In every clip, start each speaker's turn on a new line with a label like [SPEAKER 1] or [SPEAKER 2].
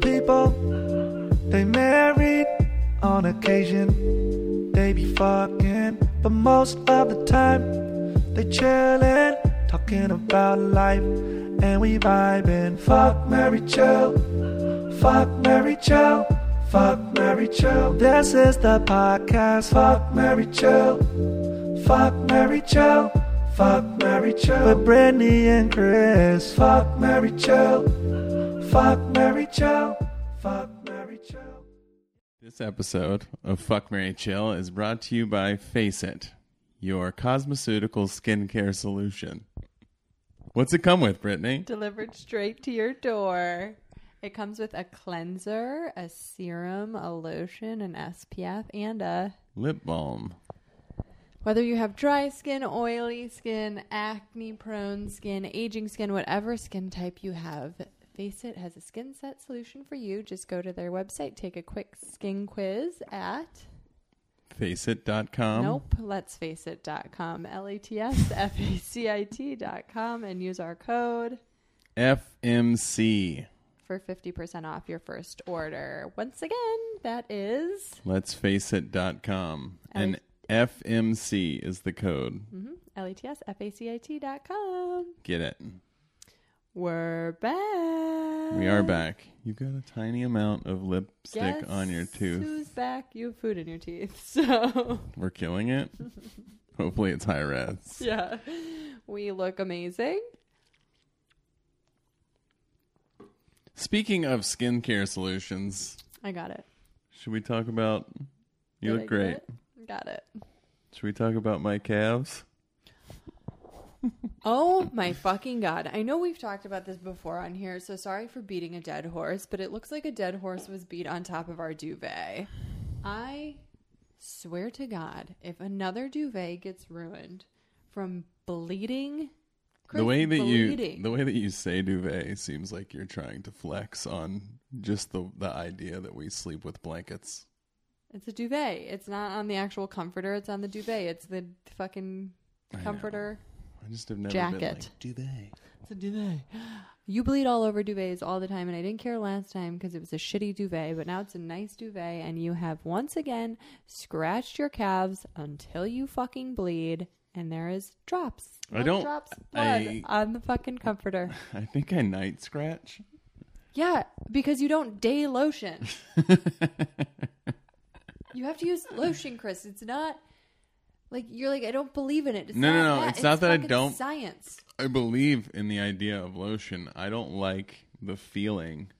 [SPEAKER 1] people. They married on occasion. They be fucking, but most of the time they chillin', talking about life, and we vibin'. Fuck Mary Chill, fuck Mary Chill, fuck Mary Chill. This is the podcast. Fuck Mary Chill, fuck Mary Chill. Fuck Mary Chill with Brittany and Chris. Fuck Mary Chill. Fuck Mary Chill. Fuck Mary Chill.
[SPEAKER 2] This episode of Fuck Mary Chill is brought to you by Face It, your cosmeceutical skincare solution. What's it come with, Brittany?
[SPEAKER 3] delivered straight to your door. It comes with a cleanser, a serum, a lotion, an SPF, and a.
[SPEAKER 2] Lip balm.
[SPEAKER 3] Whether you have dry skin, oily skin, acne prone skin, aging skin, whatever skin type you have, Face It has a skin set solution for you. Just go to their website, take a quick skin quiz at
[SPEAKER 2] Faceit.com.
[SPEAKER 3] nope, let's face it.com, L A T S F A C I T.com, and use our code.
[SPEAKER 2] FMC.
[SPEAKER 3] for 50% off your first order. Once again, that is
[SPEAKER 2] Let's faceit.com.
[SPEAKER 3] I-
[SPEAKER 2] And FMC is the code.
[SPEAKER 3] E L-E-T-S-F-A-C-I-T dot com.
[SPEAKER 2] Get it.
[SPEAKER 3] We're back.
[SPEAKER 2] We are back. You got a tiny amount of lipstick
[SPEAKER 3] Ah. Guess
[SPEAKER 2] on your tooth.
[SPEAKER 3] Who's back? You have food in your teeth. So,
[SPEAKER 2] We're killing it. Hopefully it's high res.
[SPEAKER 3] yeah. We look amazing.
[SPEAKER 2] Speaking of skincare solutions,
[SPEAKER 3] I got it.
[SPEAKER 2] should we talk about you
[SPEAKER 3] Did I
[SPEAKER 2] look
[SPEAKER 3] get
[SPEAKER 2] great.
[SPEAKER 3] it? Got it.
[SPEAKER 2] Should we talk about my calves?
[SPEAKER 3] Oh my fucking god. I know we've talked about this before on here, so sorry for beating a dead horse, but it looks like a dead horse was beat on top of our duvet. I swear to god, if another duvet gets ruined from bleeding Chris,
[SPEAKER 2] the way that
[SPEAKER 3] bleeding,
[SPEAKER 2] you the way that you say duvet seems like you're trying to flex on just the the idea that we sleep with blankets.
[SPEAKER 3] It's a duvet. It's not on the actual comforter, it's on the duvet. It's the fucking
[SPEAKER 2] I know.
[SPEAKER 3] comforter.
[SPEAKER 2] I just have never been
[SPEAKER 3] Jacket.
[SPEAKER 2] like duvet.
[SPEAKER 3] It's a duvet. You bleed all over duvets all the time, and I didn't care last time because it was a shitty duvet, but now it's a nice duvet, and you have once again scratched your calves until you fucking bleed, and there is drops.
[SPEAKER 2] I
[SPEAKER 3] Little
[SPEAKER 2] don't-
[SPEAKER 3] drops of blood
[SPEAKER 2] I-
[SPEAKER 3] on the fucking comforter.
[SPEAKER 2] I think I night scratch.
[SPEAKER 3] Yeah, because you don't day lotion. you have to use lotion, Chris. It's not like you're like I don't believe in it. It's
[SPEAKER 2] No,
[SPEAKER 3] not
[SPEAKER 2] no, no.
[SPEAKER 3] That.
[SPEAKER 2] It's not that I
[SPEAKER 3] fucking
[SPEAKER 2] don't-
[SPEAKER 3] science.
[SPEAKER 2] I believe in the idea of lotion. I don't like the feeling.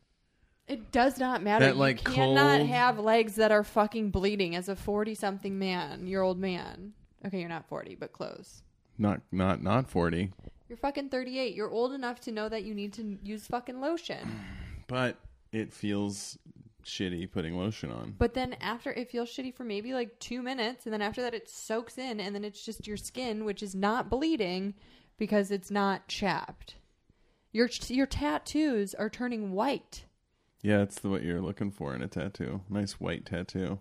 [SPEAKER 3] It does not matter.
[SPEAKER 2] That,
[SPEAKER 3] you
[SPEAKER 2] like,
[SPEAKER 3] cannot
[SPEAKER 2] cold-
[SPEAKER 3] have legs that are fucking bleeding as a forty-something man, your old man. Okay, you're not forty, but close.
[SPEAKER 2] Not not not 40.
[SPEAKER 3] You're fucking thirty-eight. You're old enough to know that you need to use fucking lotion.
[SPEAKER 2] But it feels shitty putting lotion on.
[SPEAKER 3] But then after it feels shitty for maybe like two minutes, and then after that it soaks in, and then it's just your skin, which is not bleeding because it's not chapped. Your your tattoos are turning white.
[SPEAKER 2] Yeah, it's the, what you're looking for in a tattoo. Nice white tattoo.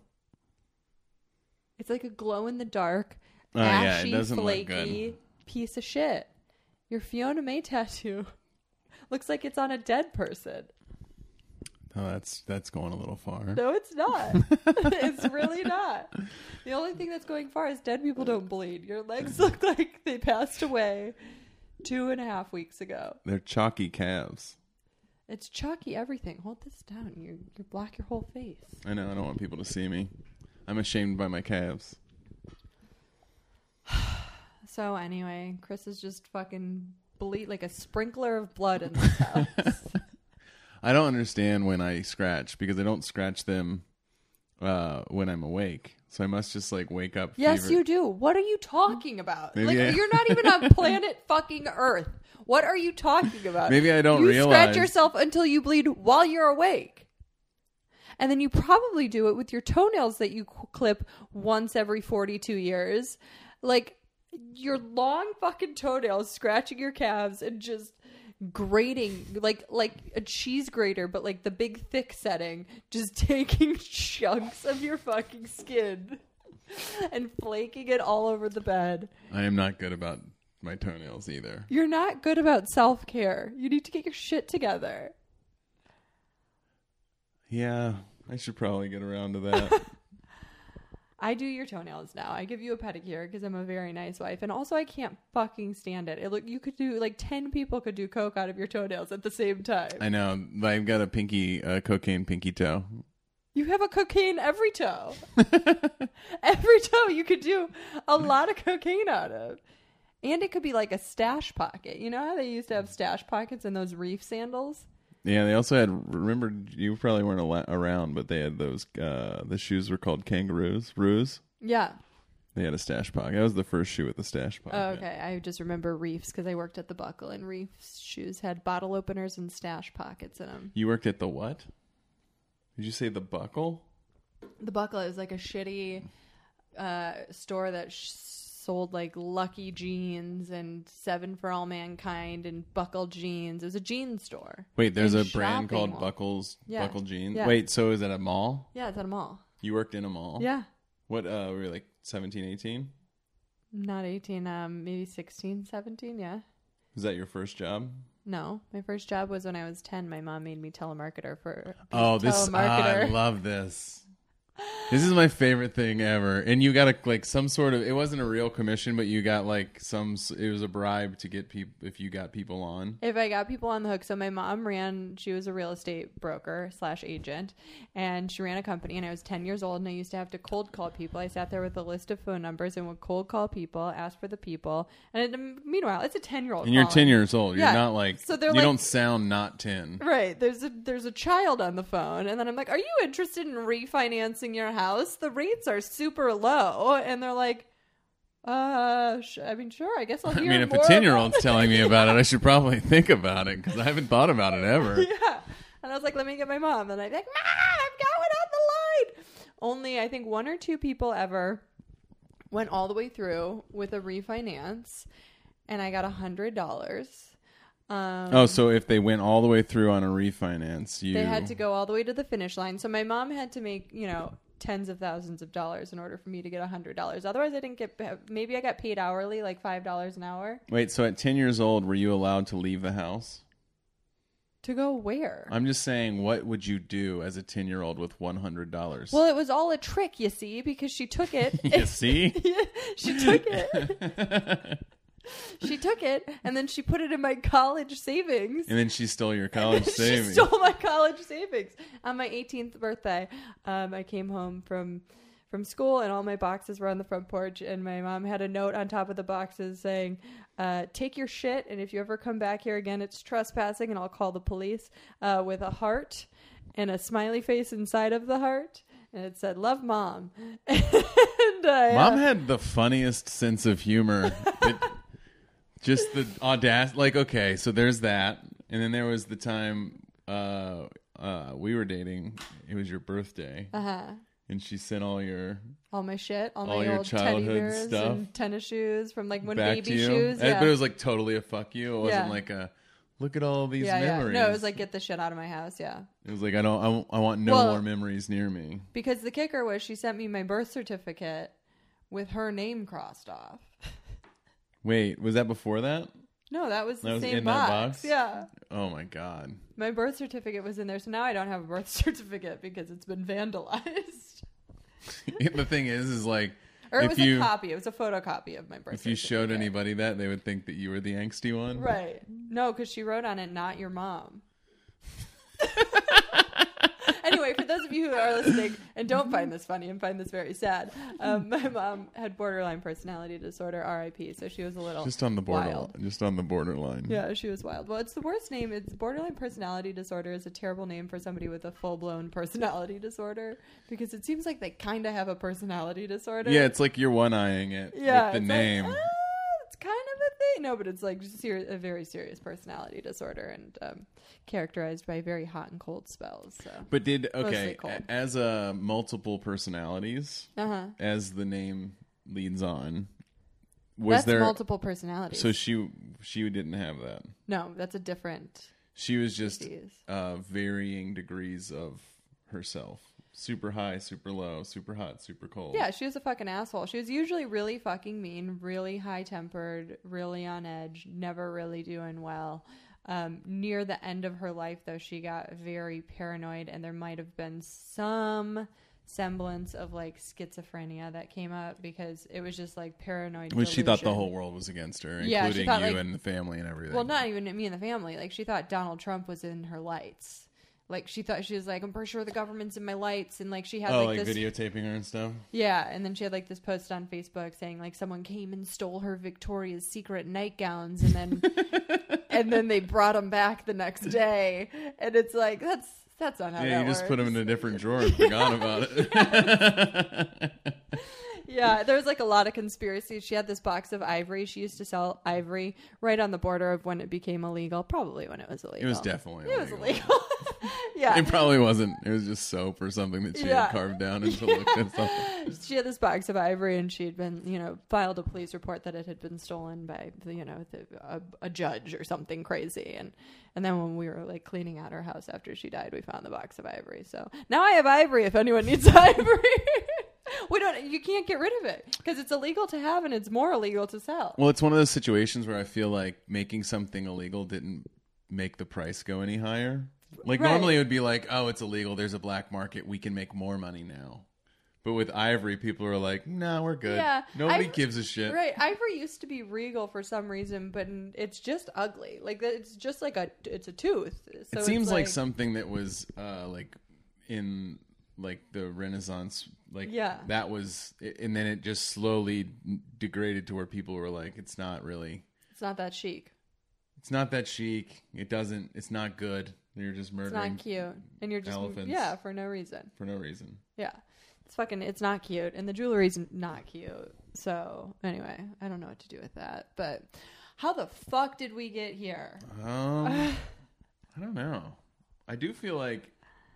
[SPEAKER 3] It's like a glow in the dark,
[SPEAKER 2] Oh, yeah, it
[SPEAKER 3] ashy,
[SPEAKER 2] doesn't look good.
[SPEAKER 3] flaky piece of shit. Your Fiona May tattoo looks like it's on a dead person.
[SPEAKER 2] Oh, that's that's going a little far.
[SPEAKER 3] No, it's not. it's really not. The only thing that's going far is dead people don't bleed. Your legs look like they passed away two and a half weeks ago.
[SPEAKER 2] They're chalky calves.
[SPEAKER 3] It's chalky everything. Hold this down. You you block your whole face.
[SPEAKER 2] I know. I don't want people to see me. I'm ashamed by my calves.
[SPEAKER 3] So anyway, Chris is just fucking bleed like a sprinkler of blood in this house.
[SPEAKER 2] I don't understand when I scratch because I don't scratch them uh, when I'm awake. So I must just like wake up.
[SPEAKER 3] yes,
[SPEAKER 2] fever-
[SPEAKER 3] you do. What are you talking about?
[SPEAKER 2] Maybe
[SPEAKER 3] like
[SPEAKER 2] I-
[SPEAKER 3] you're not even on planet fucking Earth. What are you talking about?
[SPEAKER 2] Maybe I don't
[SPEAKER 3] you
[SPEAKER 2] realize.
[SPEAKER 3] scratch yourself until you bleed while you're awake. And then you probably do it with your toenails that you qu- clip once every 42 years. Like your long fucking toenails scratching your calves and just grating like like a cheese grater but like the big thick setting just taking chunks of your fucking skin and flaking it all over the bed.
[SPEAKER 2] I am not good about my toenails either.
[SPEAKER 3] You're not good about self-care. You need to get your shit together.
[SPEAKER 2] Yeah, I should probably get around to that.
[SPEAKER 3] I do your toenails now. I give you a pedicure because I'm a very nice wife, and also I can't fucking stand it. It look you could do like ten people could do coke out of your toenails at the same time.
[SPEAKER 2] I know. but I've got a pinky, uh, cocaine pinky toe.
[SPEAKER 3] You have a cocaine every toe. every toe you could do a lot of cocaine out of. And it could be like a stash pocket. You know how they used to have stash pockets in those reef sandals?
[SPEAKER 2] Yeah, they also had. Remember, you probably weren't ala- around, but they had those. Uh, the shoes were called kangaroos. Ruse.
[SPEAKER 3] Yeah.
[SPEAKER 2] They had a stash pocket. That was the first shoe with the stash pocket.
[SPEAKER 3] Oh, okay. I just remember reefs because I worked at the buckle and reefs shoes had bottle openers and stash pockets in them.
[SPEAKER 2] You worked at the what? Did you say the buckle?
[SPEAKER 3] The buckle is like a shitty uh, store that sh- sold like Lucky Jeans and Seven for All Mankind and Buckle Jeans. It was a jean store.
[SPEAKER 2] Wait, there's
[SPEAKER 3] In
[SPEAKER 2] a brand
[SPEAKER 3] shopping
[SPEAKER 2] called
[SPEAKER 3] mall.
[SPEAKER 2] Buckles
[SPEAKER 3] Yeah.
[SPEAKER 2] Buckle Jeans.
[SPEAKER 3] Yeah.
[SPEAKER 2] Wait, so is that a mall?
[SPEAKER 3] Yeah, it's at a mall.
[SPEAKER 2] You worked in a mall?
[SPEAKER 3] Yeah.
[SPEAKER 2] What uh we were like 17, 18?
[SPEAKER 3] Not 18, um, maybe 16, 17, yeah.
[SPEAKER 2] Was that your first job?
[SPEAKER 3] No, my first job was when I was 10. My mom made me telemarketer for
[SPEAKER 2] Oh, this I
[SPEAKER 3] telemarketer.
[SPEAKER 2] love this. This is my favorite thing ever. And you got a, like some sort of it wasn't a real commission, but you got like some s- it was a bribe to get people if you got people on.
[SPEAKER 3] if I got people on the hook, so my mom ran, she was a real estate broker slash agent, and she ran a company. And I was 10 years old, and I used to have to cold call people. I sat there with a list of phone numbers and would cold call people, ask for the people. And it, meanwhile, it's a 10 year old.
[SPEAKER 2] And you're 10 years old. You're
[SPEAKER 3] Yeah.
[SPEAKER 2] not like
[SPEAKER 3] So
[SPEAKER 2] you
[SPEAKER 3] they're like-
[SPEAKER 2] don't sound not 10.
[SPEAKER 3] Right. There's a there's a child on the phone and then I'm like, "Are you interested in refinancing your house? The rates are super low." And they're like, "Uh, sh- I mean, sure. I guess I'll
[SPEAKER 2] I
[SPEAKER 3] hear
[SPEAKER 2] mean, if a
[SPEAKER 3] more
[SPEAKER 2] 10 year
[SPEAKER 3] about
[SPEAKER 2] old's telling me about it, I should probably think about it because I haven't thought about it ever.
[SPEAKER 3] yeah. And I was like, let me get my mom. And I'm like, Mom, I'm going on the line. Only I think one or two people ever went all the way through with a refinance, and I got a hundred dollars. Um,
[SPEAKER 2] Oh, so if they went all the way through on a refinance, you
[SPEAKER 3] they had to go all the way to the finish line. So my mom had to make you know tens of thousands of dollars in order for me to get a hundred dollars. Otherwise, I didn't get. Maybe I got paid hourly, like five dollars an hour,
[SPEAKER 2] Wait, so at 10 years old, were you allowed to leave the house?
[SPEAKER 3] to go where?
[SPEAKER 2] I'm just saying, what would you do as a 10 year old with $100?
[SPEAKER 3] well, it was all a trick, you see, because she took it.
[SPEAKER 2] you see?
[SPEAKER 3] she took it. she took it, and then she put it in my college savings.
[SPEAKER 2] And then she stole your college
[SPEAKER 3] she
[SPEAKER 2] savings.
[SPEAKER 3] stole my college savings on my 18th birthday. Um, I came home from from school, and all my boxes were on the front porch. And my mom had a note on top of the boxes saying, uh, "Take your shit, and if you ever come back here again, it's trespassing, and I'll call the police." Uh, with a heart and a smiley face inside of the heart, and it said, "Love, mom." and I, uh,
[SPEAKER 2] Mom had the funniest sense of humor. that- just the audacity. Like, okay, so there's that. And then there was the time uh, uh, we were dating, it was your birthday.
[SPEAKER 3] uh-huh.
[SPEAKER 2] And she sent all your
[SPEAKER 3] all my shit, all,
[SPEAKER 2] All
[SPEAKER 3] my
[SPEAKER 2] your
[SPEAKER 3] old teddy
[SPEAKER 2] childhood
[SPEAKER 3] bears
[SPEAKER 2] stuff.
[SPEAKER 3] and tennis shoes from like when
[SPEAKER 2] back
[SPEAKER 3] baby
[SPEAKER 2] to you.
[SPEAKER 3] shoes.
[SPEAKER 2] Uh,
[SPEAKER 3] Yeah.
[SPEAKER 2] But it was like totally a fuck you. It wasn't
[SPEAKER 3] Yeah.
[SPEAKER 2] like a look at all these
[SPEAKER 3] yeah, yeah.
[SPEAKER 2] memories.
[SPEAKER 3] No, it was like get the shit out of my house. Yeah,
[SPEAKER 2] it was like I don't I, w- I want no
[SPEAKER 3] Well-
[SPEAKER 2] more memories near me.
[SPEAKER 3] because the kicker was she sent me my birth certificate with her name crossed off.
[SPEAKER 2] Wait, was that before that?
[SPEAKER 3] No, that was the
[SPEAKER 2] That was
[SPEAKER 3] same
[SPEAKER 2] in that
[SPEAKER 3] box.
[SPEAKER 2] box?
[SPEAKER 3] Yeah,
[SPEAKER 2] Oh my god.
[SPEAKER 3] my birth certificate was in there, so now I don't have a birth certificate because it's been vandalized.
[SPEAKER 2] the thing is is like
[SPEAKER 3] Or it
[SPEAKER 2] If
[SPEAKER 3] was
[SPEAKER 2] you-
[SPEAKER 3] a copy. It was a photocopy of my birth.
[SPEAKER 2] if you showed
[SPEAKER 3] certificate.
[SPEAKER 2] anybody that they would think that you were the angsty one.
[SPEAKER 3] Right. No, because she wrote on it, not your mom. anyway, for those of you who are listening and don't find this funny and find this very sad, um, my mom had borderline personality disorder, RIP, so she was a little.
[SPEAKER 2] Just on the border
[SPEAKER 3] Oh, Wild.
[SPEAKER 2] just on the borderline.
[SPEAKER 3] yeah, she was wild. Well, it's the worst name. It's borderline personality disorder is a terrible name for somebody with a full blown personality disorder because it seems like they kind of have a personality disorder.
[SPEAKER 2] Yeah, it's like you're one eyeing it with the
[SPEAKER 3] it's like,
[SPEAKER 2] name.
[SPEAKER 3] "Ah, it's kind of a thing. No, but it's like ser- a very serious personality disorder and um, characterized by very hot and cold spells. So.
[SPEAKER 2] but did
[SPEAKER 3] Mostly
[SPEAKER 2] okay
[SPEAKER 3] cold.
[SPEAKER 2] a- as a multiple personalities
[SPEAKER 3] Uh huh.
[SPEAKER 2] as the name leads on was
[SPEAKER 3] That's
[SPEAKER 2] there
[SPEAKER 3] multiple personalities.
[SPEAKER 2] so she she didn't have that.
[SPEAKER 3] no, that's a different.
[SPEAKER 2] She was just
[SPEAKER 3] disease.
[SPEAKER 2] uh, varying degrees of herself. Super high, super low, super hot, super cold.
[SPEAKER 3] Yeah, she was a fucking asshole. She was usually really fucking mean, really high tempered, really on edge, never really doing well. Um, near the end of her life, though, she got very paranoid, and there might have been some semblance of like schizophrenia that came up because it was just like paranoid.
[SPEAKER 2] Which she thought the
[SPEAKER 3] delusion.
[SPEAKER 2] whole world was against her, including
[SPEAKER 3] Yeah, she thought,
[SPEAKER 2] you
[SPEAKER 3] like-
[SPEAKER 2] and the family and everything.
[SPEAKER 3] Well, not even me and the family. Like she thought Donald Trump was in her lights. Like she thought she was like, I'm pretty sure the government's in my lights, and like she had
[SPEAKER 2] oh,
[SPEAKER 3] like,
[SPEAKER 2] like,
[SPEAKER 3] this
[SPEAKER 2] videotaping her and stuff.
[SPEAKER 3] yeah, and then she had like this post on Facebook saying like someone came and stole her Victoria's Secret nightgowns, and then and then they brought them back the next day, and it's like that's that's not how
[SPEAKER 2] yeah,
[SPEAKER 3] that
[SPEAKER 2] you just
[SPEAKER 3] works.
[SPEAKER 2] put them in a different drawer and forgot about it.
[SPEAKER 3] Yeah, there was like a lot of conspiracies. She had this box of ivory. She used to sell ivory right on the border of when it became illegal. Probably when it was illegal.
[SPEAKER 2] It was definitely
[SPEAKER 3] It was
[SPEAKER 2] illegal.
[SPEAKER 3] illegal. yeah.
[SPEAKER 2] It probably wasn't. It was just soap or something that she
[SPEAKER 3] Yeah.
[SPEAKER 2] had carved down into looked at something.
[SPEAKER 3] she had this box of ivory and she had been you know filed a police report that it had been stolen by the, you know the, a, a judge or something crazy and and then when we were like cleaning out her house after she died we found the box of ivory so now i have ivory if anyone needs ivory we don't you can't get rid of it because it's illegal to have and it's more illegal to sell
[SPEAKER 2] Well, it's one of those situations where I feel like making something illegal didn't make the price go any higher. Like
[SPEAKER 3] Right.
[SPEAKER 2] normally it would be like, oh, it's illegal. There's a black market. We can make more money now. But with ivory, people are like, no, we're good.
[SPEAKER 3] Yeah,
[SPEAKER 2] Nobody
[SPEAKER 3] I've-
[SPEAKER 2] gives a shit.
[SPEAKER 3] Right, ivory used to be regal for some reason, but it's just ugly. Like it's just like a it's a tooth. So
[SPEAKER 2] it
[SPEAKER 3] it's
[SPEAKER 2] seems like, something that was uh, like in like the Renaissance, like
[SPEAKER 3] Yeah.
[SPEAKER 2] that was, and then it just slowly degraded to where people were like, it's not really,
[SPEAKER 3] it's not that chic.
[SPEAKER 2] it's not that chic. It doesn't, it's not good. You're just
[SPEAKER 3] It's
[SPEAKER 2] murdering
[SPEAKER 3] not cute, and you're just
[SPEAKER 2] elephants.
[SPEAKER 3] yeah for no reason.
[SPEAKER 2] for no reason.
[SPEAKER 3] Yeah, it's fucking it's not cute, and the jewelry's not cute. So anyway, I don't know what to do with that. But how the fuck did we get here?
[SPEAKER 2] Um, I don't know. I do feel like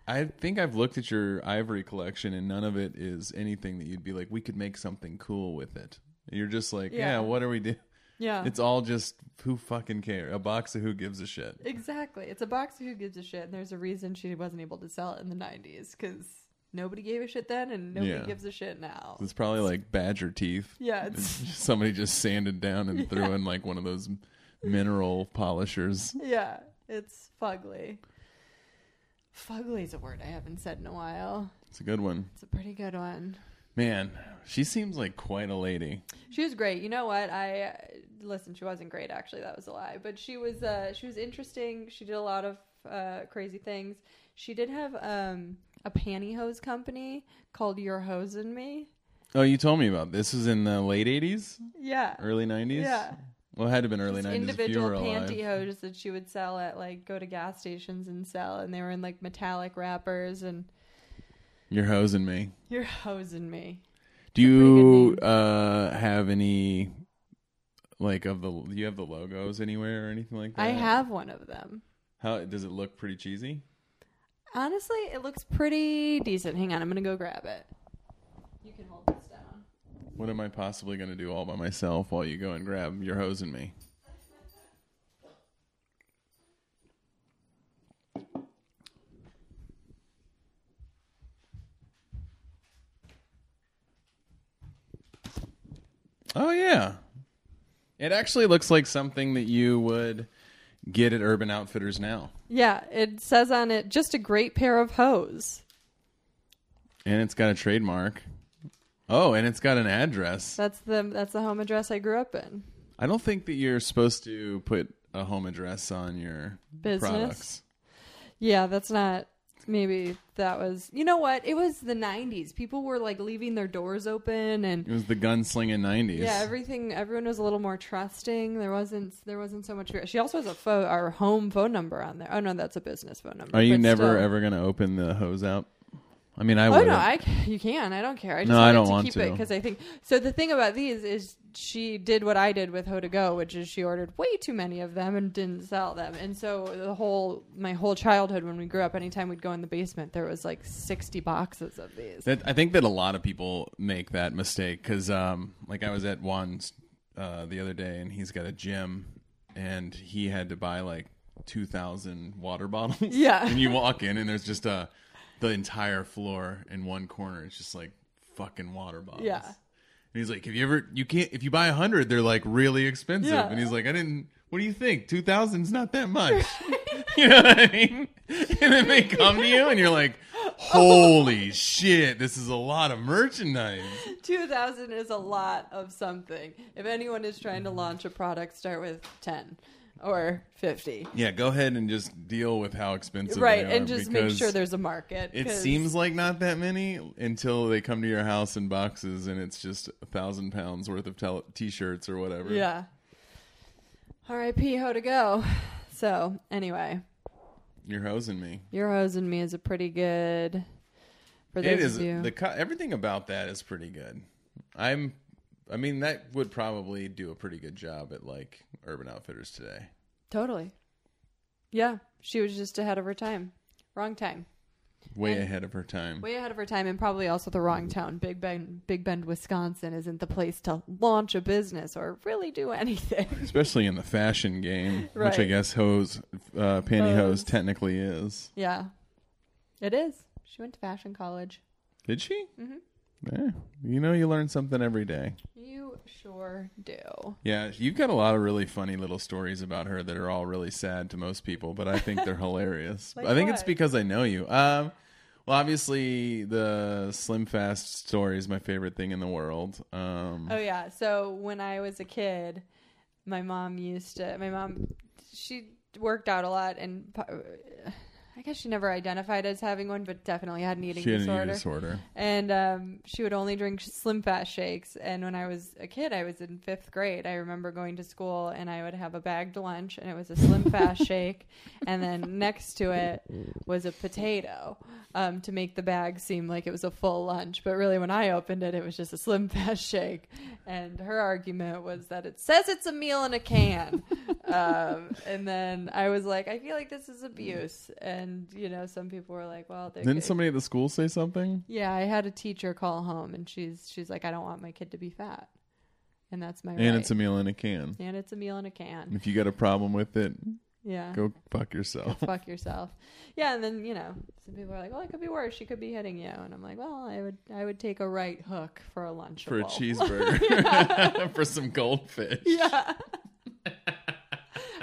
[SPEAKER 2] I think I've looked at your ivory collection and none of it is anything that you'd be like, we could make something cool with it. You're just like, yeah,
[SPEAKER 3] Yeah.
[SPEAKER 2] what are we doing?
[SPEAKER 3] Yeah,
[SPEAKER 2] It's all just who fucking care. A box of who gives a shit.
[SPEAKER 3] exactly. It's a box of who gives a shit, and there's a reason she wasn't able to sell it in the '90s because nobody gave a shit then, and nobody
[SPEAKER 2] Yeah.
[SPEAKER 3] gives a shit now.
[SPEAKER 2] It's probably like badger teeth.
[SPEAKER 3] Yeah, it's
[SPEAKER 2] Somebody just sanded down and threw in like one of those mineral polishers.
[SPEAKER 3] yeah, it's fugly. Fugly is a word I haven't said in a while.
[SPEAKER 2] It's a good one.
[SPEAKER 3] It's a pretty good one.
[SPEAKER 2] Man, she seems like quite a lady.
[SPEAKER 3] She was great. You know what? I uh, listen. She wasn't great, actually. That was a lie. But she was. Uh, she was interesting. She did a lot of uh, crazy things. She did have um, a pantyhose company called Your Hose and Me.
[SPEAKER 2] Oh, you told me about this was in the late 80s?
[SPEAKER 3] Yeah,
[SPEAKER 2] Early nineties?
[SPEAKER 3] Yeah.
[SPEAKER 2] Well, it had to have been early
[SPEAKER 3] Just
[SPEAKER 2] nineties if you
[SPEAKER 3] individual
[SPEAKER 2] were alive.
[SPEAKER 3] pantyhose that she would sell at like go to gas stations and sell, and they were in like metallic wrappers. And
[SPEAKER 2] You're hosing me.
[SPEAKER 3] Your Hose and Me.
[SPEAKER 2] Do you uh, have any like of the? Do you have the logos anywhere or anything like that?
[SPEAKER 3] I have one of them.
[SPEAKER 2] How does it look? Pretty cheesy.
[SPEAKER 3] Honestly, it looks pretty decent. Hang on, I'm gonna go grab it. You can hold this down.
[SPEAKER 2] What am I possibly going to do all by myself while you go and grab your hose and me? Oh yeah. It actually looks like something that you would get at Urban Outfitters now.
[SPEAKER 3] Yeah, it says on it just a great pair of hose.
[SPEAKER 2] And it's got a trademark. Oh, and it's got an address.
[SPEAKER 3] That's the that's the home address I grew up in.
[SPEAKER 2] I don't think that you're supposed to put a home address on your
[SPEAKER 3] Business?
[SPEAKER 2] products.
[SPEAKER 3] Yeah, that's not maybe that was you know what? It was the nineties. People were like leaving their doors open and
[SPEAKER 2] It was the gunslinging nineties.
[SPEAKER 3] yeah, everything everyone was a little more trusting. There wasn't there wasn't so much fear. She also has a phone our home phone number on there. Oh no, that's a business phone number.
[SPEAKER 2] Are Oh, you
[SPEAKER 3] but
[SPEAKER 2] never
[SPEAKER 3] still.
[SPEAKER 2] ever gonna open the hose out? I mean, I
[SPEAKER 3] Oh
[SPEAKER 2] would.
[SPEAKER 3] no, I c- you can. I don't care. I just
[SPEAKER 2] No, I
[SPEAKER 3] wanted
[SPEAKER 2] don't
[SPEAKER 3] to
[SPEAKER 2] want
[SPEAKER 3] keep
[SPEAKER 2] to.
[SPEAKER 3] it because I think so. The thing about these is she did what I did with Ho to Go, which is she ordered way too many of them and didn't sell them. And so the whole my whole childhood when we grew up, anytime we'd go in the basement, there was like sixty boxes of these.
[SPEAKER 2] That, I think that a lot of people make that mistake because, um, like, I was at Juan's uh, the other day, and he's got a gym, and he had to buy like two thousand water bottles.
[SPEAKER 3] Yeah.
[SPEAKER 2] and you walk in, and there's just uh, the entire floor in one corner. It's just like fucking water bottles.
[SPEAKER 3] Yeah.
[SPEAKER 2] And he's like, "Have you ever? You can't. If you buy a hundred, they're like really expensive."
[SPEAKER 3] Yeah.
[SPEAKER 2] And he's like, "I didn't. What do you think? Two thousand's not that much." you know what I mean? And then they come to you, and you're like, "Holy shit! This is a lot of merchandise."
[SPEAKER 3] 2000 is a lot of something. If anyone is trying to launch a product, start with 10 or 50.
[SPEAKER 2] Yeah, go ahead and just deal with how expensive,
[SPEAKER 3] right,
[SPEAKER 2] they are
[SPEAKER 3] and just make
[SPEAKER 2] because
[SPEAKER 3] sure there's a market.
[SPEAKER 2] It
[SPEAKER 3] 'cause-
[SPEAKER 2] seems like not that many until they come to your house in boxes, and it's just a thousand pounds worth of tel- t-shirts or whatever.
[SPEAKER 3] Yeah. R.I.P. How to go. So, anyway,
[SPEAKER 2] you're hosing me.
[SPEAKER 3] Euros and Me is a pretty good. For those
[SPEAKER 2] It is
[SPEAKER 3] of you.
[SPEAKER 2] the co- everything about that is pretty good. I'm, I mean, that would probably do a pretty good job at like Urban Outfitters today.
[SPEAKER 3] Totally. Yeah, she was just ahead of her time. Wrong time.
[SPEAKER 2] Way ahead of her time.
[SPEAKER 3] Way ahead of her time and probably also the wrong town. Big Bend, Big Bend, Wisconsin isn't the place to launch a business or really do anything.
[SPEAKER 2] Especially in the fashion game, which I
[SPEAKER 3] Right.
[SPEAKER 2] guess hose, uh, pantyhose technically is.
[SPEAKER 3] yeah. It is. She went to fashion college.
[SPEAKER 2] Did she?
[SPEAKER 3] Mm-hmm.
[SPEAKER 2] Yeah. You know, you learn something every day.
[SPEAKER 3] You sure do.
[SPEAKER 2] Yeah, you've got a lot of really funny little stories about her that are all really sad to most people, but I think they're hilarious.
[SPEAKER 3] Like
[SPEAKER 2] I think it's
[SPEAKER 3] what?
[SPEAKER 2] because I know you. Um, well, obviously, the Slim Fast story is my favorite thing in the world. Um,
[SPEAKER 3] Oh yeah. So when I was a kid, my mom used to. My mom, she worked out a lot, and po- I guess she never identified as having one, but definitely had an eating
[SPEAKER 2] she had an
[SPEAKER 3] disorder.
[SPEAKER 2] eating disorder.
[SPEAKER 3] and um, she would only drink slim fast shakes and when i was a kid i was in fifth grade i remember going to school and i would have a bagged lunch and it was a slim fast shake and then next to it was a potato um, to make the bag seem like it was a full lunch but really when i opened it it was just a slim fast shake and her argument was that it says it's a meal in a can um, and then i was like i feel like this is abuse and you know some people were like well they're
[SPEAKER 2] Didn't somebody at the school say something?
[SPEAKER 3] yeah, I had a teacher call home, and she's she's like, I don't want my kid to be fat, and that's my
[SPEAKER 2] And it's a meal in a can.
[SPEAKER 3] and it's a meal in a can.
[SPEAKER 2] If you got a problem with it,
[SPEAKER 3] Yeah,
[SPEAKER 2] go fuck yourself.
[SPEAKER 3] fuck yourself. Yeah, and then you know some people are like, well, it could be worse. She could be hitting you, and I'm like, well, I would I would take a right hook for a lunch
[SPEAKER 2] For a cheeseburger, for some goldfish.
[SPEAKER 3] Yeah.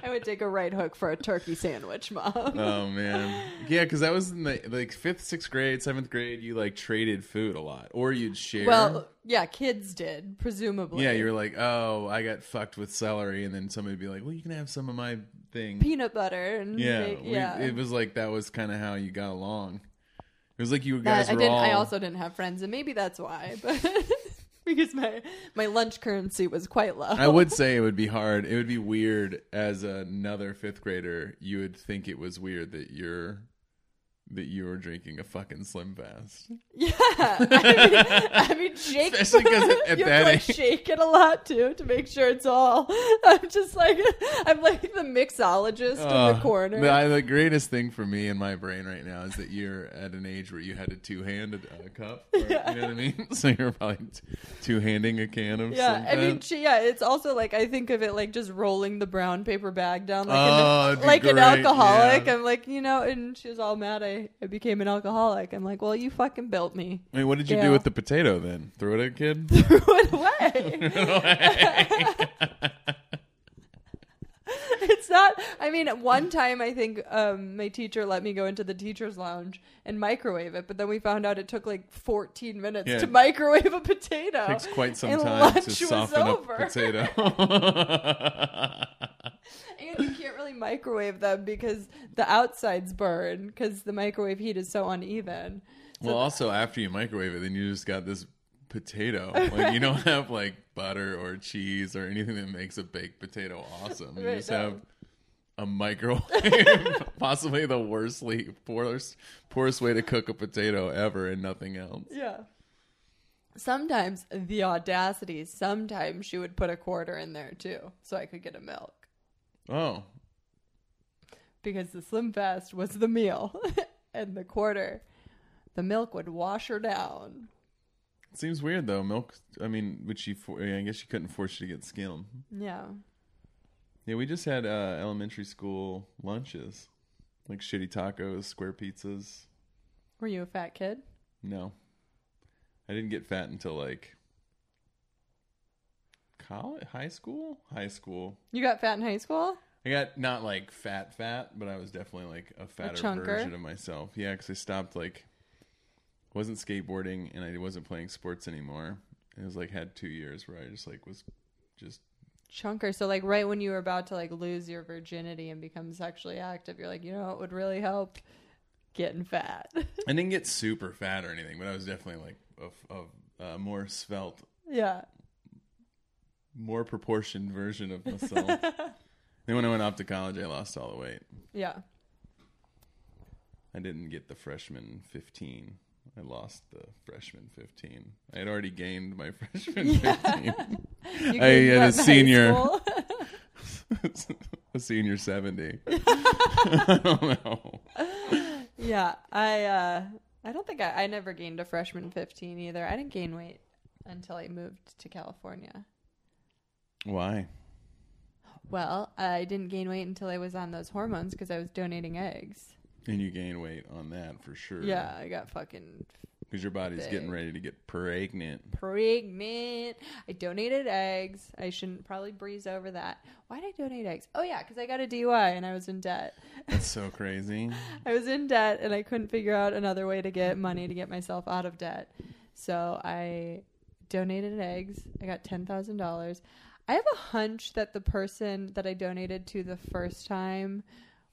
[SPEAKER 3] I would take a right hook for a turkey sandwich, mom.
[SPEAKER 2] Oh man, yeah, because that was in the like fifth, sixth grade, seventh grade. You like traded food a lot, or you'd share.
[SPEAKER 3] Well, yeah, kids did presumably.
[SPEAKER 2] yeah, you were like, oh, I got fucked with celery, and then somebody'd be like, well, you can have some of my thing.
[SPEAKER 3] peanut butter and
[SPEAKER 2] yeah,
[SPEAKER 3] they-
[SPEAKER 2] we-
[SPEAKER 3] yeah.
[SPEAKER 2] it was like that was kind of how you got along. It was like you guys
[SPEAKER 3] That- I
[SPEAKER 2] were
[SPEAKER 3] didn't.
[SPEAKER 2] all.
[SPEAKER 3] I also didn't have friends, and maybe that's why. But because my my lunch currency was quite low.
[SPEAKER 2] I would say it would be hard. It would be weird as another fifth grader. You would think it was weird that you're that you were drinking a fucking Slim Fast,
[SPEAKER 3] yeah. I mean, I mean shake.
[SPEAKER 2] especially because at, at
[SPEAKER 3] you
[SPEAKER 2] that
[SPEAKER 3] have to, like,
[SPEAKER 2] age.
[SPEAKER 3] shake it a lot too to make sure it's all. I'm just like I'm like the mixologist in
[SPEAKER 2] Uh,
[SPEAKER 3] the corner.
[SPEAKER 2] The, the greatest thing for me in my brain right now is that you're at an age where you had a two-handed uh, cup. or- You know what I mean? So you're probably t- two-handing a can of
[SPEAKER 3] yeah,
[SPEAKER 2] Slim
[SPEAKER 3] I mean,
[SPEAKER 2] Fast.
[SPEAKER 3] she, yeah. It's also like I think of it like just rolling the brown paper bag down, like
[SPEAKER 2] Oh,
[SPEAKER 3] an,
[SPEAKER 2] it'd be
[SPEAKER 3] like an
[SPEAKER 2] great,
[SPEAKER 3] alcoholic.
[SPEAKER 2] yeah.
[SPEAKER 3] I'm like, you know, and she was all mad. I, I became an alcoholic. I'm like, well, you fucking built me.
[SPEAKER 2] I mean, what did you
[SPEAKER 3] Yeah.
[SPEAKER 2] do with the potato then? Throw it at a kid?
[SPEAKER 3] threw it away. it's not. I mean, at one time I think um, my teacher let me go into the teacher's lounge and microwave it, but then we found out it took like 14 minutes
[SPEAKER 2] Yeah.
[SPEAKER 3] to microwave a potato.
[SPEAKER 2] Takes quite some
[SPEAKER 3] And
[SPEAKER 2] time
[SPEAKER 3] lunch
[SPEAKER 2] to
[SPEAKER 3] was
[SPEAKER 2] soften up
[SPEAKER 3] over.
[SPEAKER 2] a potato.
[SPEAKER 3] and you can't really microwave them because the outsides burn because the microwave heat is so uneven.
[SPEAKER 2] well, also after you microwave it, then you just got this potato. Like you don't have like butter or cheese or anything that makes a baked potato awesome. You
[SPEAKER 3] Right,
[SPEAKER 2] just
[SPEAKER 3] no.
[SPEAKER 2] have a microwave, possibly the worstly poorest poorest way to cook a potato ever, and nothing else.
[SPEAKER 3] Yeah. Sometimes the audacity. Sometimes she would put a quarter in there too, so I could get a milk.
[SPEAKER 2] Oh,
[SPEAKER 3] because the Slim Fast was the meal and the quarter. The milk would wash her down.
[SPEAKER 2] it seems weird though. Milk. I mean, would she? For, I guess she couldn't force you to get skim.
[SPEAKER 3] Yeah.
[SPEAKER 2] Yeah, we just had uh, elementary school lunches, like shitty tacos, square pizzas.
[SPEAKER 3] Were you a fat kid?
[SPEAKER 2] No. I didn't get fat until like college, high school, high school.
[SPEAKER 3] You got fat in high school?
[SPEAKER 2] I got not like fat, fat, but I was definitely like a fatter
[SPEAKER 3] chunker.
[SPEAKER 2] version of myself. Yeah, because I stopped like wasn't skateboarding and I wasn't playing sports anymore. It was like had two years where I just like was just
[SPEAKER 3] Chunker. So like right when you were about to like lose your virginity and become sexually active, you're like, you know what would really help? Getting fat.
[SPEAKER 2] I didn't get super fat or anything, but I was definitely like a, a, a more svelte,
[SPEAKER 3] yeah.
[SPEAKER 2] more proportioned version of myself. then when I went off to college, I lost all the weight.
[SPEAKER 3] Yeah.
[SPEAKER 2] I didn't get the freshman 15. I lost the freshman 15. I had already gained my freshman 15.
[SPEAKER 3] You
[SPEAKER 2] I had
[SPEAKER 3] gained what
[SPEAKER 2] a
[SPEAKER 3] in high
[SPEAKER 2] senior.
[SPEAKER 3] school?
[SPEAKER 2] a senior 70. I don't know.
[SPEAKER 3] yeah. I uh I don't think I, I never gained a freshman fifteen either. I didn't gain weight until I moved to California.
[SPEAKER 2] Why?
[SPEAKER 3] Well, I didn't gain weight until I was on those hormones because I was donating eggs.
[SPEAKER 2] And you gain weight on that for sure.
[SPEAKER 3] Yeah, I got fucking
[SPEAKER 2] Because your body's getting
[SPEAKER 3] Big.
[SPEAKER 2] ready to get pregnant.
[SPEAKER 3] pregnant. I donated eggs. I shouldn't probably breeze over that. Why did I donate eggs? Oh yeah, because I got a DUI and I was in debt.
[SPEAKER 2] That's so crazy.
[SPEAKER 3] I was in debt and I couldn't figure out another way to get money to get myself out of debt. So I donated eggs. I got ten thousand dollars. I have a hunch that the person that I donated to the first time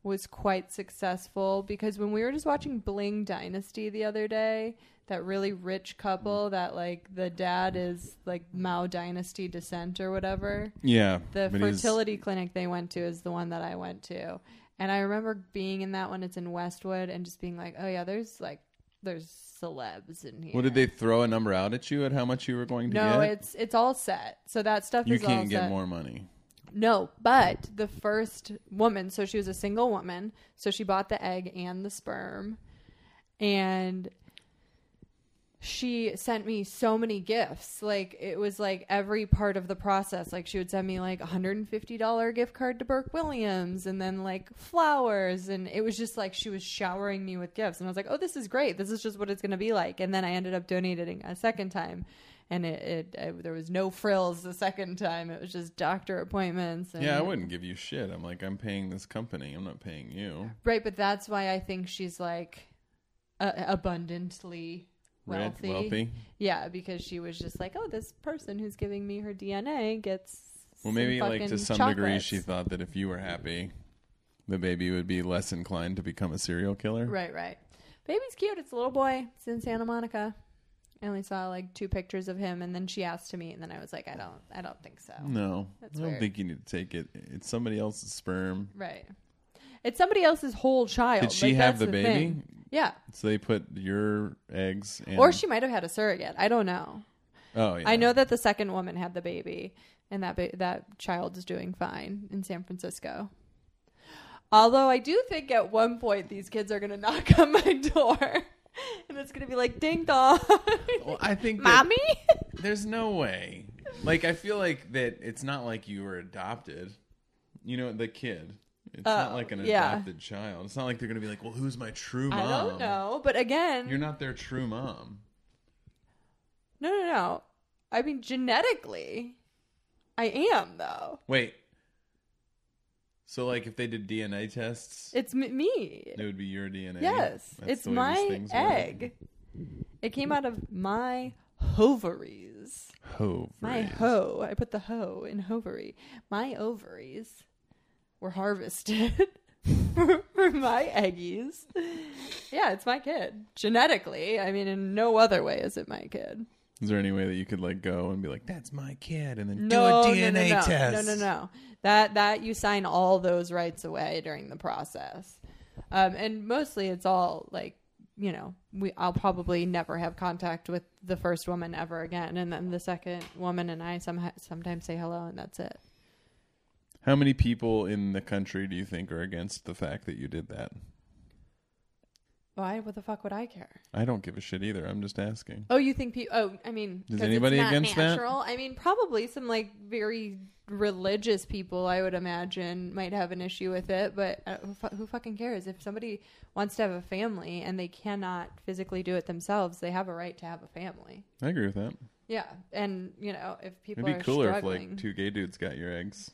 [SPEAKER 3] was quite successful because when we were just watching Bling Dynasty the other day, that really rich couple that like the dad is like Mao Dynasty descent or whatever
[SPEAKER 2] Yeah.
[SPEAKER 3] the
[SPEAKER 2] but he's-
[SPEAKER 3] fertility clinic they went to is the one that I went to. And I remember being in that one. It's in Westwood, and just being like, "Oh yeah, there's like, there's celebs in here."
[SPEAKER 2] What did they throw a number out at you at how much you were going to
[SPEAKER 3] No,
[SPEAKER 2] get?
[SPEAKER 3] it's it's all set. So that stuff
[SPEAKER 2] you
[SPEAKER 3] is all
[SPEAKER 2] can't get
[SPEAKER 3] set.
[SPEAKER 2] more money.
[SPEAKER 3] No, but the first woman, so she was a single woman, so she bought the egg and the sperm, and she sent me so many gifts. Like it was like every part of the process. Like she would send me like a hundred and fifty dollar gift card to Burke Williams, and then like flowers, and it was just like she was showering me with gifts, and I was like, oh, this is great. This is just what it's gonna be like. And then I ended up donating a second time. And it, it, it there was no frills the second time. It was just doctor appointments. And
[SPEAKER 2] Yeah, I wouldn't give you shit. I'm like, I'm paying this company. I'm not paying you.
[SPEAKER 3] Right, but that's why I think she's like uh, abundantly
[SPEAKER 2] Right?
[SPEAKER 3] wealthy.
[SPEAKER 2] Wealthy.
[SPEAKER 3] Yeah, because she was just like, oh, this person who's giving me her DNA gets.
[SPEAKER 2] Well,
[SPEAKER 3] some
[SPEAKER 2] maybe like to
[SPEAKER 3] fucking
[SPEAKER 2] some degree,
[SPEAKER 3] chocolates."
[SPEAKER 2] she thought that if you were happy, the baby would be less inclined to become a serial killer.
[SPEAKER 3] Right, right. Baby's cute. It's a little boy. It's in Santa Monica. I only saw like two pictures of him, and then she asked to meet, and then I was like, I don't, I don't think so.
[SPEAKER 2] No,
[SPEAKER 3] That's
[SPEAKER 2] I don't
[SPEAKER 3] weird.
[SPEAKER 2] think you need to take it. It's somebody else's sperm.
[SPEAKER 3] Right. It's somebody else's whole child.
[SPEAKER 2] Did she
[SPEAKER 3] Like,
[SPEAKER 2] have
[SPEAKER 3] that's
[SPEAKER 2] the baby?
[SPEAKER 3] thing. Yeah.
[SPEAKER 2] So they put your eggs. And,
[SPEAKER 3] Or she might have had a surrogate. I don't know.
[SPEAKER 2] Oh yeah.
[SPEAKER 3] I know that the second woman had the baby, and that ba- that child is doing fine in San Francisco. Although I do think at one point these kids are going to knock on my door, and it's going to be like ding dong,
[SPEAKER 2] Well, I think that-
[SPEAKER 3] mommy.
[SPEAKER 2] There's no way. Like I feel like that it's not like you were adopted. You know, the kid. It's not
[SPEAKER 3] Oh,
[SPEAKER 2] like an
[SPEAKER 3] yeah.
[SPEAKER 2] adopted child. It's not like they're gonna be like, Well, who's my true mom?
[SPEAKER 3] I don't know, but again,
[SPEAKER 2] You're not their true mom.
[SPEAKER 3] no, no, no. I mean, genetically, I am though.
[SPEAKER 2] Wait. So like if they did DNA tests,
[SPEAKER 3] It's m- me.
[SPEAKER 2] it would be your DNA.
[SPEAKER 3] Yes,
[SPEAKER 2] That's
[SPEAKER 3] it's
[SPEAKER 2] the way these
[SPEAKER 3] my
[SPEAKER 2] things work.
[SPEAKER 3] egg. It came out of my ovaries.
[SPEAKER 2] Ho.
[SPEAKER 3] My
[SPEAKER 2] phrase.
[SPEAKER 3] hoe. I put the hoe in hovery. My ovaries were harvested for, for my eggies. Yeah, it's my kid. Genetically, I mean, in no other way is it my kid.
[SPEAKER 2] Is there any way that you could like go and be like, That's my kid and then
[SPEAKER 3] No,
[SPEAKER 2] do a DNA
[SPEAKER 3] no, no, no.
[SPEAKER 2] test?
[SPEAKER 3] No, no, no. That that you sign all those rights away during the process, um, and mostly it's all like you know we I'll probably never have contact with the first woman ever again, and then the second woman and I somehow sometimes say hello, and that's it.
[SPEAKER 2] How many people in the country do you think are against the fact that you did that?
[SPEAKER 3] Why? What the fuck would I care?
[SPEAKER 2] I don't give a shit either. I'm just asking.
[SPEAKER 3] Oh, you think people? Oh, I mean,
[SPEAKER 2] Is
[SPEAKER 3] 'cause it's
[SPEAKER 2] anybody
[SPEAKER 3] not
[SPEAKER 2] against that?
[SPEAKER 3] natural? I mean, probably some like very religious people. I would imagine might have an issue with it, but uh, who, fu- who fucking cares? If somebody wants to have a family and they cannot physically do it themselves, they have a right to have a family.
[SPEAKER 2] I agree with that.
[SPEAKER 3] Yeah, and you know if people
[SPEAKER 2] It'd be
[SPEAKER 3] are
[SPEAKER 2] cooler
[SPEAKER 3] struggling,
[SPEAKER 2] if like two gay dudes got your eggs.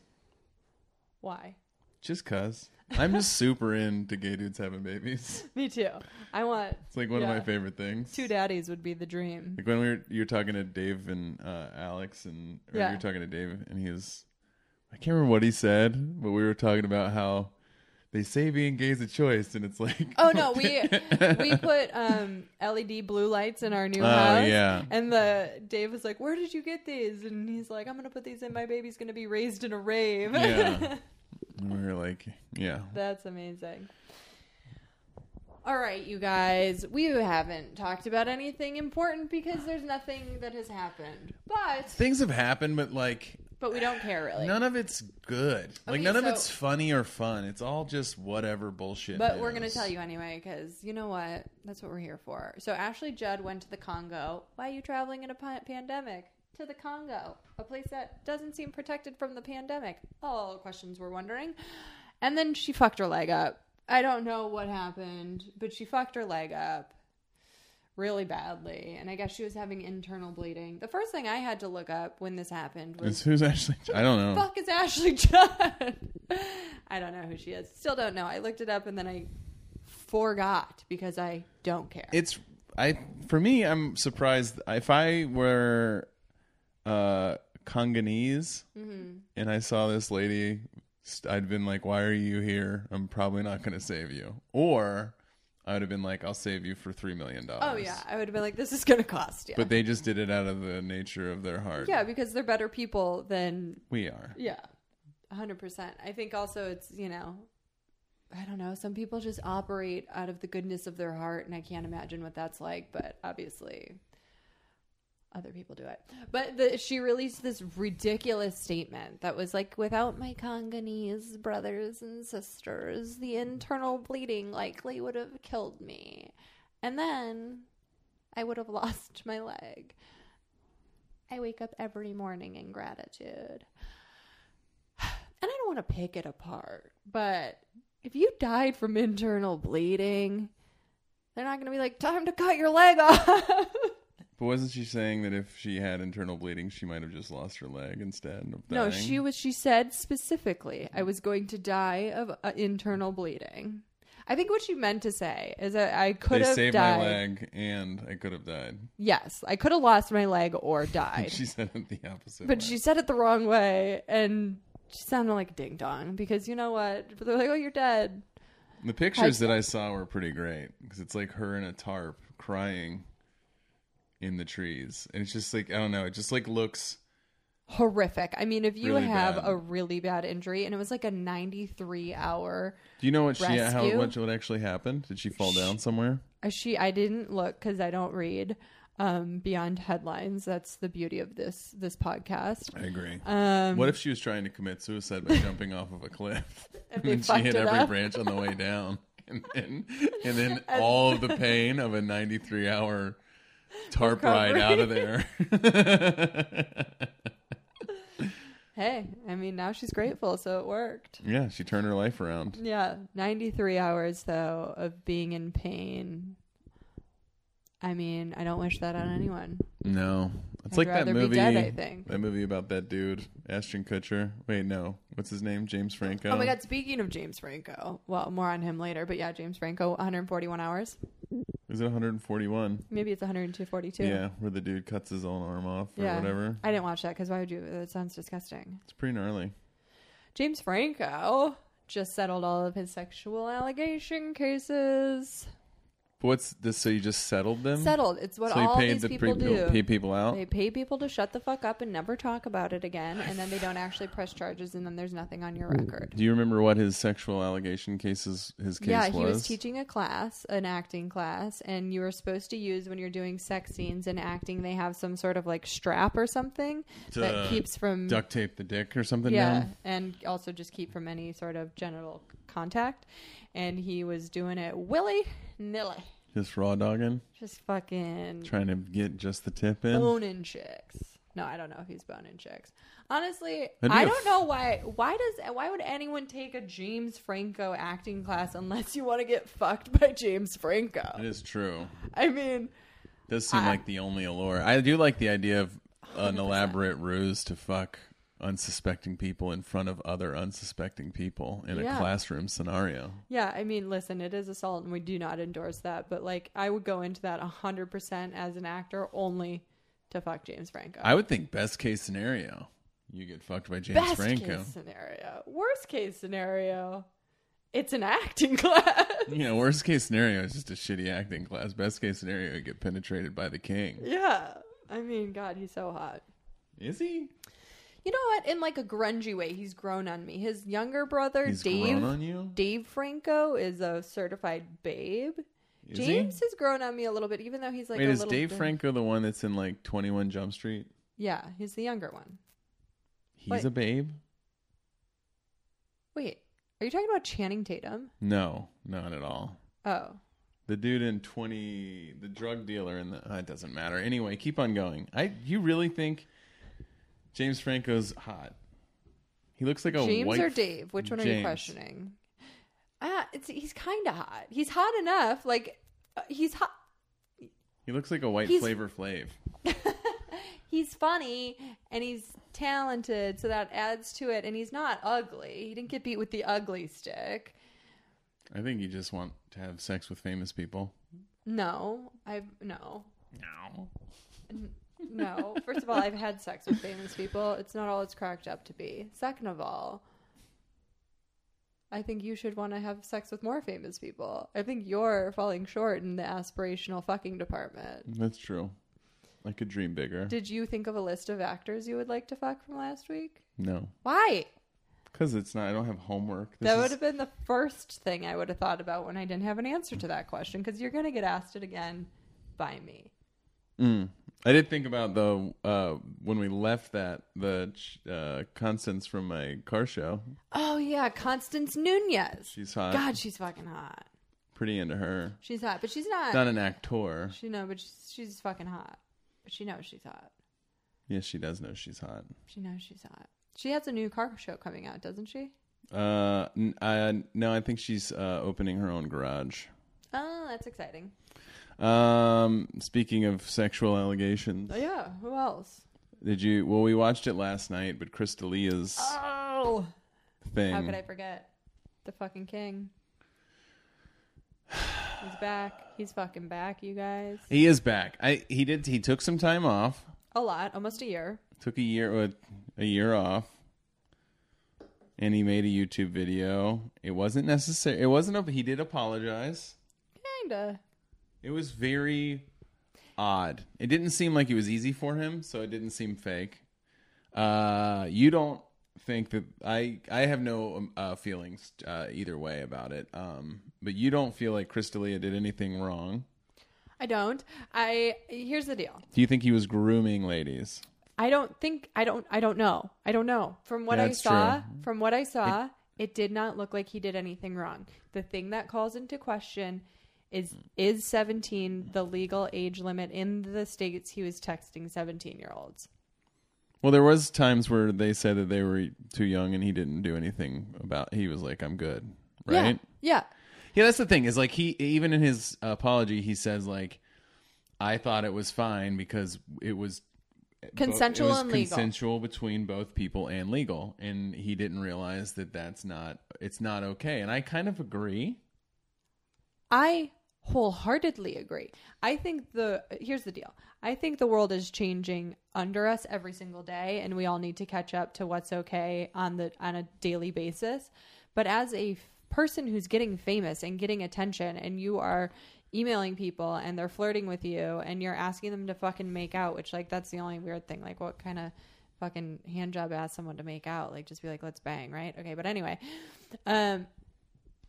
[SPEAKER 3] why?
[SPEAKER 2] Just cuz. I'm just super into gay dudes having babies.
[SPEAKER 3] Me too. I want
[SPEAKER 2] It's like one
[SPEAKER 3] Yeah.
[SPEAKER 2] of my favorite things.
[SPEAKER 3] two daddies would be the dream.
[SPEAKER 2] Like when we were, you were talking to Dave and uh, Alex, and or
[SPEAKER 3] Yeah.
[SPEAKER 2] you were talking to Dave, and he was, I can't remember what he said, but we were talking about how they say being gay is a choice, and it's like,
[SPEAKER 3] Oh no, we we put um, LED blue lights in our new
[SPEAKER 2] Oh,
[SPEAKER 3] house.
[SPEAKER 2] yeah.
[SPEAKER 3] And the Dave was like, "Where did you get these?" And he's like, "I'm gonna put these in. My baby's gonna be raised in a rave."
[SPEAKER 2] Yeah. And we were like, yeah,
[SPEAKER 3] That's amazing. All right, you guys, we haven't talked about anything important because there's nothing that has happened. But
[SPEAKER 2] things have happened, but like
[SPEAKER 3] but we don't care really.
[SPEAKER 2] none of it's good. like
[SPEAKER 3] Okay,
[SPEAKER 2] none of
[SPEAKER 3] so-
[SPEAKER 2] it's funny or fun. It's all just whatever bullshit.
[SPEAKER 3] But
[SPEAKER 2] it
[SPEAKER 3] we're going to
[SPEAKER 2] is.
[SPEAKER 3] tell you anyway because you know what? That's what we're here for. So Ashley Judd went to the Congo. Why are you traveling in a pa- pandemic? To the Congo, a place that doesn't seem protected from the pandemic. All questions we're wondering. And then she fucked her leg up. I don't know what happened, but she fucked her leg up really badly. And I guess she was having internal bleeding. The first thing I had to look up when this happened was
[SPEAKER 2] It's who's actually? I don't know.
[SPEAKER 3] fuck is Ashley Judd? I don't know who she is. Still don't know. I looked it up and then I forgot because I don't care.
[SPEAKER 2] it's I for me I'm surprised if I were uh Congolese
[SPEAKER 3] Mm-hmm.
[SPEAKER 2] and I saw this lady st- I'd been like why are you here I'm probably not going to save you or I would have been like I'll save you for 3 million dollars
[SPEAKER 3] oh yeah, I would have been like, this is gonna cost you.
[SPEAKER 2] but they just did it out of the nature of their heart
[SPEAKER 3] yeah, because they're better people than
[SPEAKER 2] we are
[SPEAKER 3] yeah, hundred percent. I think also it's you know. I don't know. Some people just operate out of the goodness of their heart, and I can't imagine what that's like. But obviously, other people do it. But the, she released this ridiculous statement that was like, without my Congolese brothers and sisters, the internal bleeding likely would have killed me. And then I would have lost my leg. I wake up every morning in gratitude. And I don't want to pick it apart, but if you died from internal bleeding, they're not going to be like, time to cut your leg off.
[SPEAKER 2] but wasn't she saying that if she had internal bleeding she might have just lost her leg instead of
[SPEAKER 3] No,
[SPEAKER 2] dying?
[SPEAKER 3] she was. She said specifically, "I was going to die of uh, internal bleeding." I think what she meant to say is that I could
[SPEAKER 2] they
[SPEAKER 3] have
[SPEAKER 2] saved
[SPEAKER 3] died.
[SPEAKER 2] my leg and I could have died
[SPEAKER 3] Yes, I could have lost my leg or died,
[SPEAKER 2] she said it the opposite
[SPEAKER 3] but
[SPEAKER 2] way.
[SPEAKER 3] she said it the wrong way, and she sounded like a ding dong because you know what? They're like, "Oh, you're dead."
[SPEAKER 2] The pictures that I saw were pretty great because it's like her in a tarp crying in the trees, and it's just like I don't know. It just like looks.
[SPEAKER 3] Horrific. I mean, if you
[SPEAKER 2] Really
[SPEAKER 3] have
[SPEAKER 2] bad.
[SPEAKER 3] a really bad injury, and it was like a 93 hour
[SPEAKER 2] Do you know what she how
[SPEAKER 3] Rescue?
[SPEAKER 2] what, what actually happened? Did she fall down somewhere?
[SPEAKER 3] Uh, she i didn't look because i don't read um beyond headlines that's the beauty of this this podcast
[SPEAKER 2] I agree.
[SPEAKER 3] um
[SPEAKER 2] what if she was trying to commit suicide by jumping off of a cliff, and
[SPEAKER 3] they
[SPEAKER 2] then she
[SPEAKER 3] fucked
[SPEAKER 2] hit
[SPEAKER 3] it
[SPEAKER 2] every
[SPEAKER 3] up?
[SPEAKER 2] branch on the way down, and then and then all of the pain of a ninety-three hour tarp ride out of there.
[SPEAKER 3] hey i mean now she's grateful so it worked
[SPEAKER 2] yeah, she turned her life around.
[SPEAKER 3] yeah 93 hours though of being in pain i mean i don't wish that on anyone
[SPEAKER 2] No, it's
[SPEAKER 3] I'd
[SPEAKER 2] like that
[SPEAKER 3] rather be
[SPEAKER 2] movie.
[SPEAKER 3] dead, I think.
[SPEAKER 2] That movie about that dude, Ashton Kutcher. Wait, no, what's his name? James Franco.
[SPEAKER 3] oh my god speaking of james franco well more on him later but yeah james franco 141 hours
[SPEAKER 2] Is it 141?
[SPEAKER 3] maybe it's 142
[SPEAKER 2] Yeah, where the dude cuts his own arm off or
[SPEAKER 3] Yeah.
[SPEAKER 2] whatever.
[SPEAKER 3] i didn't watch that because why would you that sounds disgusting
[SPEAKER 2] It's pretty gnarly.
[SPEAKER 3] James Franco just settled all of his sexual allegation cases.
[SPEAKER 2] But what's this? So you just settled them?
[SPEAKER 3] Settled. It's what
[SPEAKER 2] So you
[SPEAKER 3] all
[SPEAKER 2] paid
[SPEAKER 3] these
[SPEAKER 2] the
[SPEAKER 3] people
[SPEAKER 2] pre-
[SPEAKER 3] do.
[SPEAKER 2] pay people out.
[SPEAKER 3] They pay people to shut the fuck up and never talk about it again, and then they don't actually press charges, and then there's nothing on your record.
[SPEAKER 2] Do you remember what his sexual allegation cases his case
[SPEAKER 3] yeah,
[SPEAKER 2] was?
[SPEAKER 3] he was teaching a class, an acting class, and you were supposed to use when you're doing sex scenes and acting. They have some sort of like strap or something
[SPEAKER 2] To
[SPEAKER 3] that keeps from
[SPEAKER 2] duct tape the dick or something.
[SPEAKER 3] yeah,
[SPEAKER 2] down?
[SPEAKER 3] and also just keep from any sort of genital contact. And he was doing it willy nilly,
[SPEAKER 2] just raw dogging,
[SPEAKER 3] just fucking
[SPEAKER 2] trying to get just the tip in.
[SPEAKER 3] boning chicks. No, I don't know if he's boning chicks. Honestly,
[SPEAKER 2] That'd be
[SPEAKER 3] I
[SPEAKER 2] a
[SPEAKER 3] don't
[SPEAKER 2] f-
[SPEAKER 3] know why. Why does why would anyone take a James Franco acting class unless you want to get fucked by James Franco?
[SPEAKER 2] It is true.
[SPEAKER 3] I mean,
[SPEAKER 2] Does seem like the only allure. I do like the idea of an elaborate ruse to fuck unsuspecting people in front of other unsuspecting people in
[SPEAKER 3] Yeah.
[SPEAKER 2] a classroom scenario.
[SPEAKER 3] Yeah, I mean, listen, it is assault, and we do not endorse that. But like, I would go into that hundred percent as an actor only to fuck James Franco.
[SPEAKER 2] I would think best case scenario, you get fucked by James
[SPEAKER 3] Best
[SPEAKER 2] Franco.
[SPEAKER 3] case scenario, worst case scenario, it's an acting class.
[SPEAKER 2] You know, worst case scenario is just a shitty acting class. Best case scenario, you get penetrated by the king.
[SPEAKER 3] yeah, I mean, God, he's so hot.
[SPEAKER 2] Is he?
[SPEAKER 3] You know what? In like a grungy way, he's grown on me. His younger brother,
[SPEAKER 2] He's grown
[SPEAKER 3] Dave.
[SPEAKER 2] on you.
[SPEAKER 3] Dave Franco is a certified babe.
[SPEAKER 2] Is he?
[SPEAKER 3] James has grown on me a little bit, even though he's like
[SPEAKER 2] Wait,
[SPEAKER 3] a
[SPEAKER 2] is
[SPEAKER 3] little
[SPEAKER 2] Dave
[SPEAKER 3] bit-
[SPEAKER 2] Franco the one that's in like Twenty One Jump Street?
[SPEAKER 3] Yeah, he's the younger one.
[SPEAKER 2] He's
[SPEAKER 3] Wait.
[SPEAKER 2] a babe.
[SPEAKER 3] Wait, are you talking about Channing Tatum?
[SPEAKER 2] No, not at all.
[SPEAKER 3] Oh,
[SPEAKER 2] The dude in twenty, the drug dealer in the. Uh, it doesn't matter. Anyway, keep on going. I. You really think James Franco's hot? He looks like a
[SPEAKER 3] James
[SPEAKER 2] white
[SPEAKER 3] or Dave? Which one are you
[SPEAKER 2] James.
[SPEAKER 3] questioning? Ah, it's he's kind of hot. He's hot enough. Like uh, he's hot.
[SPEAKER 2] He looks like a white
[SPEAKER 3] He's-
[SPEAKER 2] flavor Flav.
[SPEAKER 3] He's funny and he's talented, so that adds to it. And he's not ugly. He didn't get beat with the ugly stick.
[SPEAKER 2] I think you just want to have sex with famous people.
[SPEAKER 3] No, I've no,
[SPEAKER 2] No.
[SPEAKER 3] no. First of all, I've had sex with famous people. It's not all it's cracked up to be. Second of all, I think you should want to have sex with more famous people. I think you're falling short in the aspirational fucking department.
[SPEAKER 2] That's true. I could dream bigger.
[SPEAKER 3] Did you think of a list of actors you would like to fuck from last week?
[SPEAKER 2] no.
[SPEAKER 3] Why?
[SPEAKER 2] Because it's not, I don't have homework. This
[SPEAKER 3] that
[SPEAKER 2] is-
[SPEAKER 3] would have been the first thing I would have thought about when I didn't have an answer to that question because you're going to get asked it again by me.
[SPEAKER 2] Mm. I did think about the uh, when we left that the uh, Constance from my car show.
[SPEAKER 3] Oh, yeah. Constance Nunez.
[SPEAKER 2] She's hot.
[SPEAKER 3] God, she's fucking hot.
[SPEAKER 2] Pretty into her.
[SPEAKER 3] She's hot, but she's not.
[SPEAKER 2] Not an actor.
[SPEAKER 3] She know, but she's, she's fucking hot. But she knows she's hot.
[SPEAKER 2] Yes, she does know she's hot.
[SPEAKER 3] She knows she's hot. She has a new car show coming out, doesn't she?
[SPEAKER 2] Uh, n- I, no, I think she's uh, opening her own garage.
[SPEAKER 3] Oh, that's exciting.
[SPEAKER 2] Um, speaking of sexual allegations,
[SPEAKER 3] Oh, yeah. Who else?
[SPEAKER 2] did you? Well, we watched it last night, but Crystalia's
[SPEAKER 3] Oh,
[SPEAKER 2] thing.
[SPEAKER 3] how could I forget? The fucking king. He's back. He's fucking back, you guys.
[SPEAKER 2] He is back. I he did he took some time off.
[SPEAKER 3] A lot, almost a year.
[SPEAKER 2] Took a year uh, a year off. And he made a YouTube video. It wasn't necessary. It wasn't a, he did apologize.
[SPEAKER 3] Kinda.
[SPEAKER 2] It was very odd. It didn't seem like it was easy for him, so it didn't seem fake. Uh you don't think that I I have no um, uh feelings uh either way about it. Um but you don't feel like Crystalia did anything wrong.
[SPEAKER 3] I don't. I here's the deal.
[SPEAKER 2] Do you think he was grooming ladies?
[SPEAKER 3] I don't think I don't I don't know. I don't know. From what
[SPEAKER 2] That's
[SPEAKER 3] I saw,
[SPEAKER 2] true.
[SPEAKER 3] from what I saw, it, did not look like he did anything wrong. The thing that calls into question is is 17 the legal age limit in the states he was texting 17-year-olds.
[SPEAKER 2] Well, there was times where they said that they were too young, and he didn't do anything about. He was like, "I'm good," right?
[SPEAKER 3] Yeah.
[SPEAKER 2] Yeah, that's the thing. Is like he even in his apology, he says like, "I thought it was fine because it was
[SPEAKER 3] yeah.
[SPEAKER 2] bo-
[SPEAKER 3] Consensual
[SPEAKER 2] it was
[SPEAKER 3] and legal.
[SPEAKER 2] consensual between both people and legal," and he didn't realize that that's not it's not okay. And I kind of agree.
[SPEAKER 3] I wholeheartedly agree. I think the here's the deal. I think the world is changing under us every single day and we all need to catch up to what's okay on the on a daily basis. But as a f- person who's getting famous and getting attention and you are emailing people and they're flirting with you and you're asking them to fucking make out, which like that's the only weird thing. Like what kind of fucking hand job ask someone to make out? Like just be like let's bang, right? Okay, but anyway. Um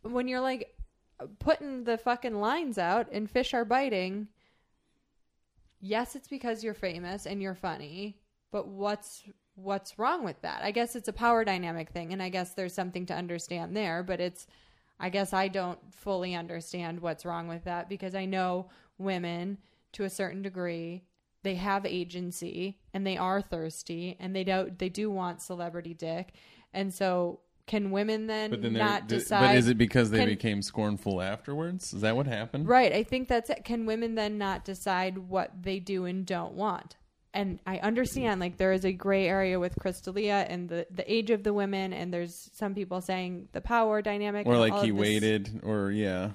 [SPEAKER 3] when you're like putting the fucking lines out and fish are biting, yes, it's because you're famous and you're funny, but what's what's wrong with that? I guess it's a power dynamic thing and I guess there's something to understand there, but it's I guess I don't fully understand what's wrong with that because I know women to a certain degree they have agency and they are thirsty and they don't they do want celebrity dick. And so can women then,
[SPEAKER 2] But then they're-
[SPEAKER 3] not
[SPEAKER 2] th-
[SPEAKER 3] decide
[SPEAKER 2] But is it because they
[SPEAKER 3] can-
[SPEAKER 2] became scornful afterwards? Is that what happened?
[SPEAKER 3] Right. I think that's it. Can women then not decide what they do and don't want? and I understand like there is a gray area with Crystalia and the the age of the women, and there's some people saying the power dynamic,
[SPEAKER 2] or
[SPEAKER 3] and
[SPEAKER 2] like
[SPEAKER 3] all
[SPEAKER 2] he
[SPEAKER 3] of this-
[SPEAKER 2] waited, or yeah,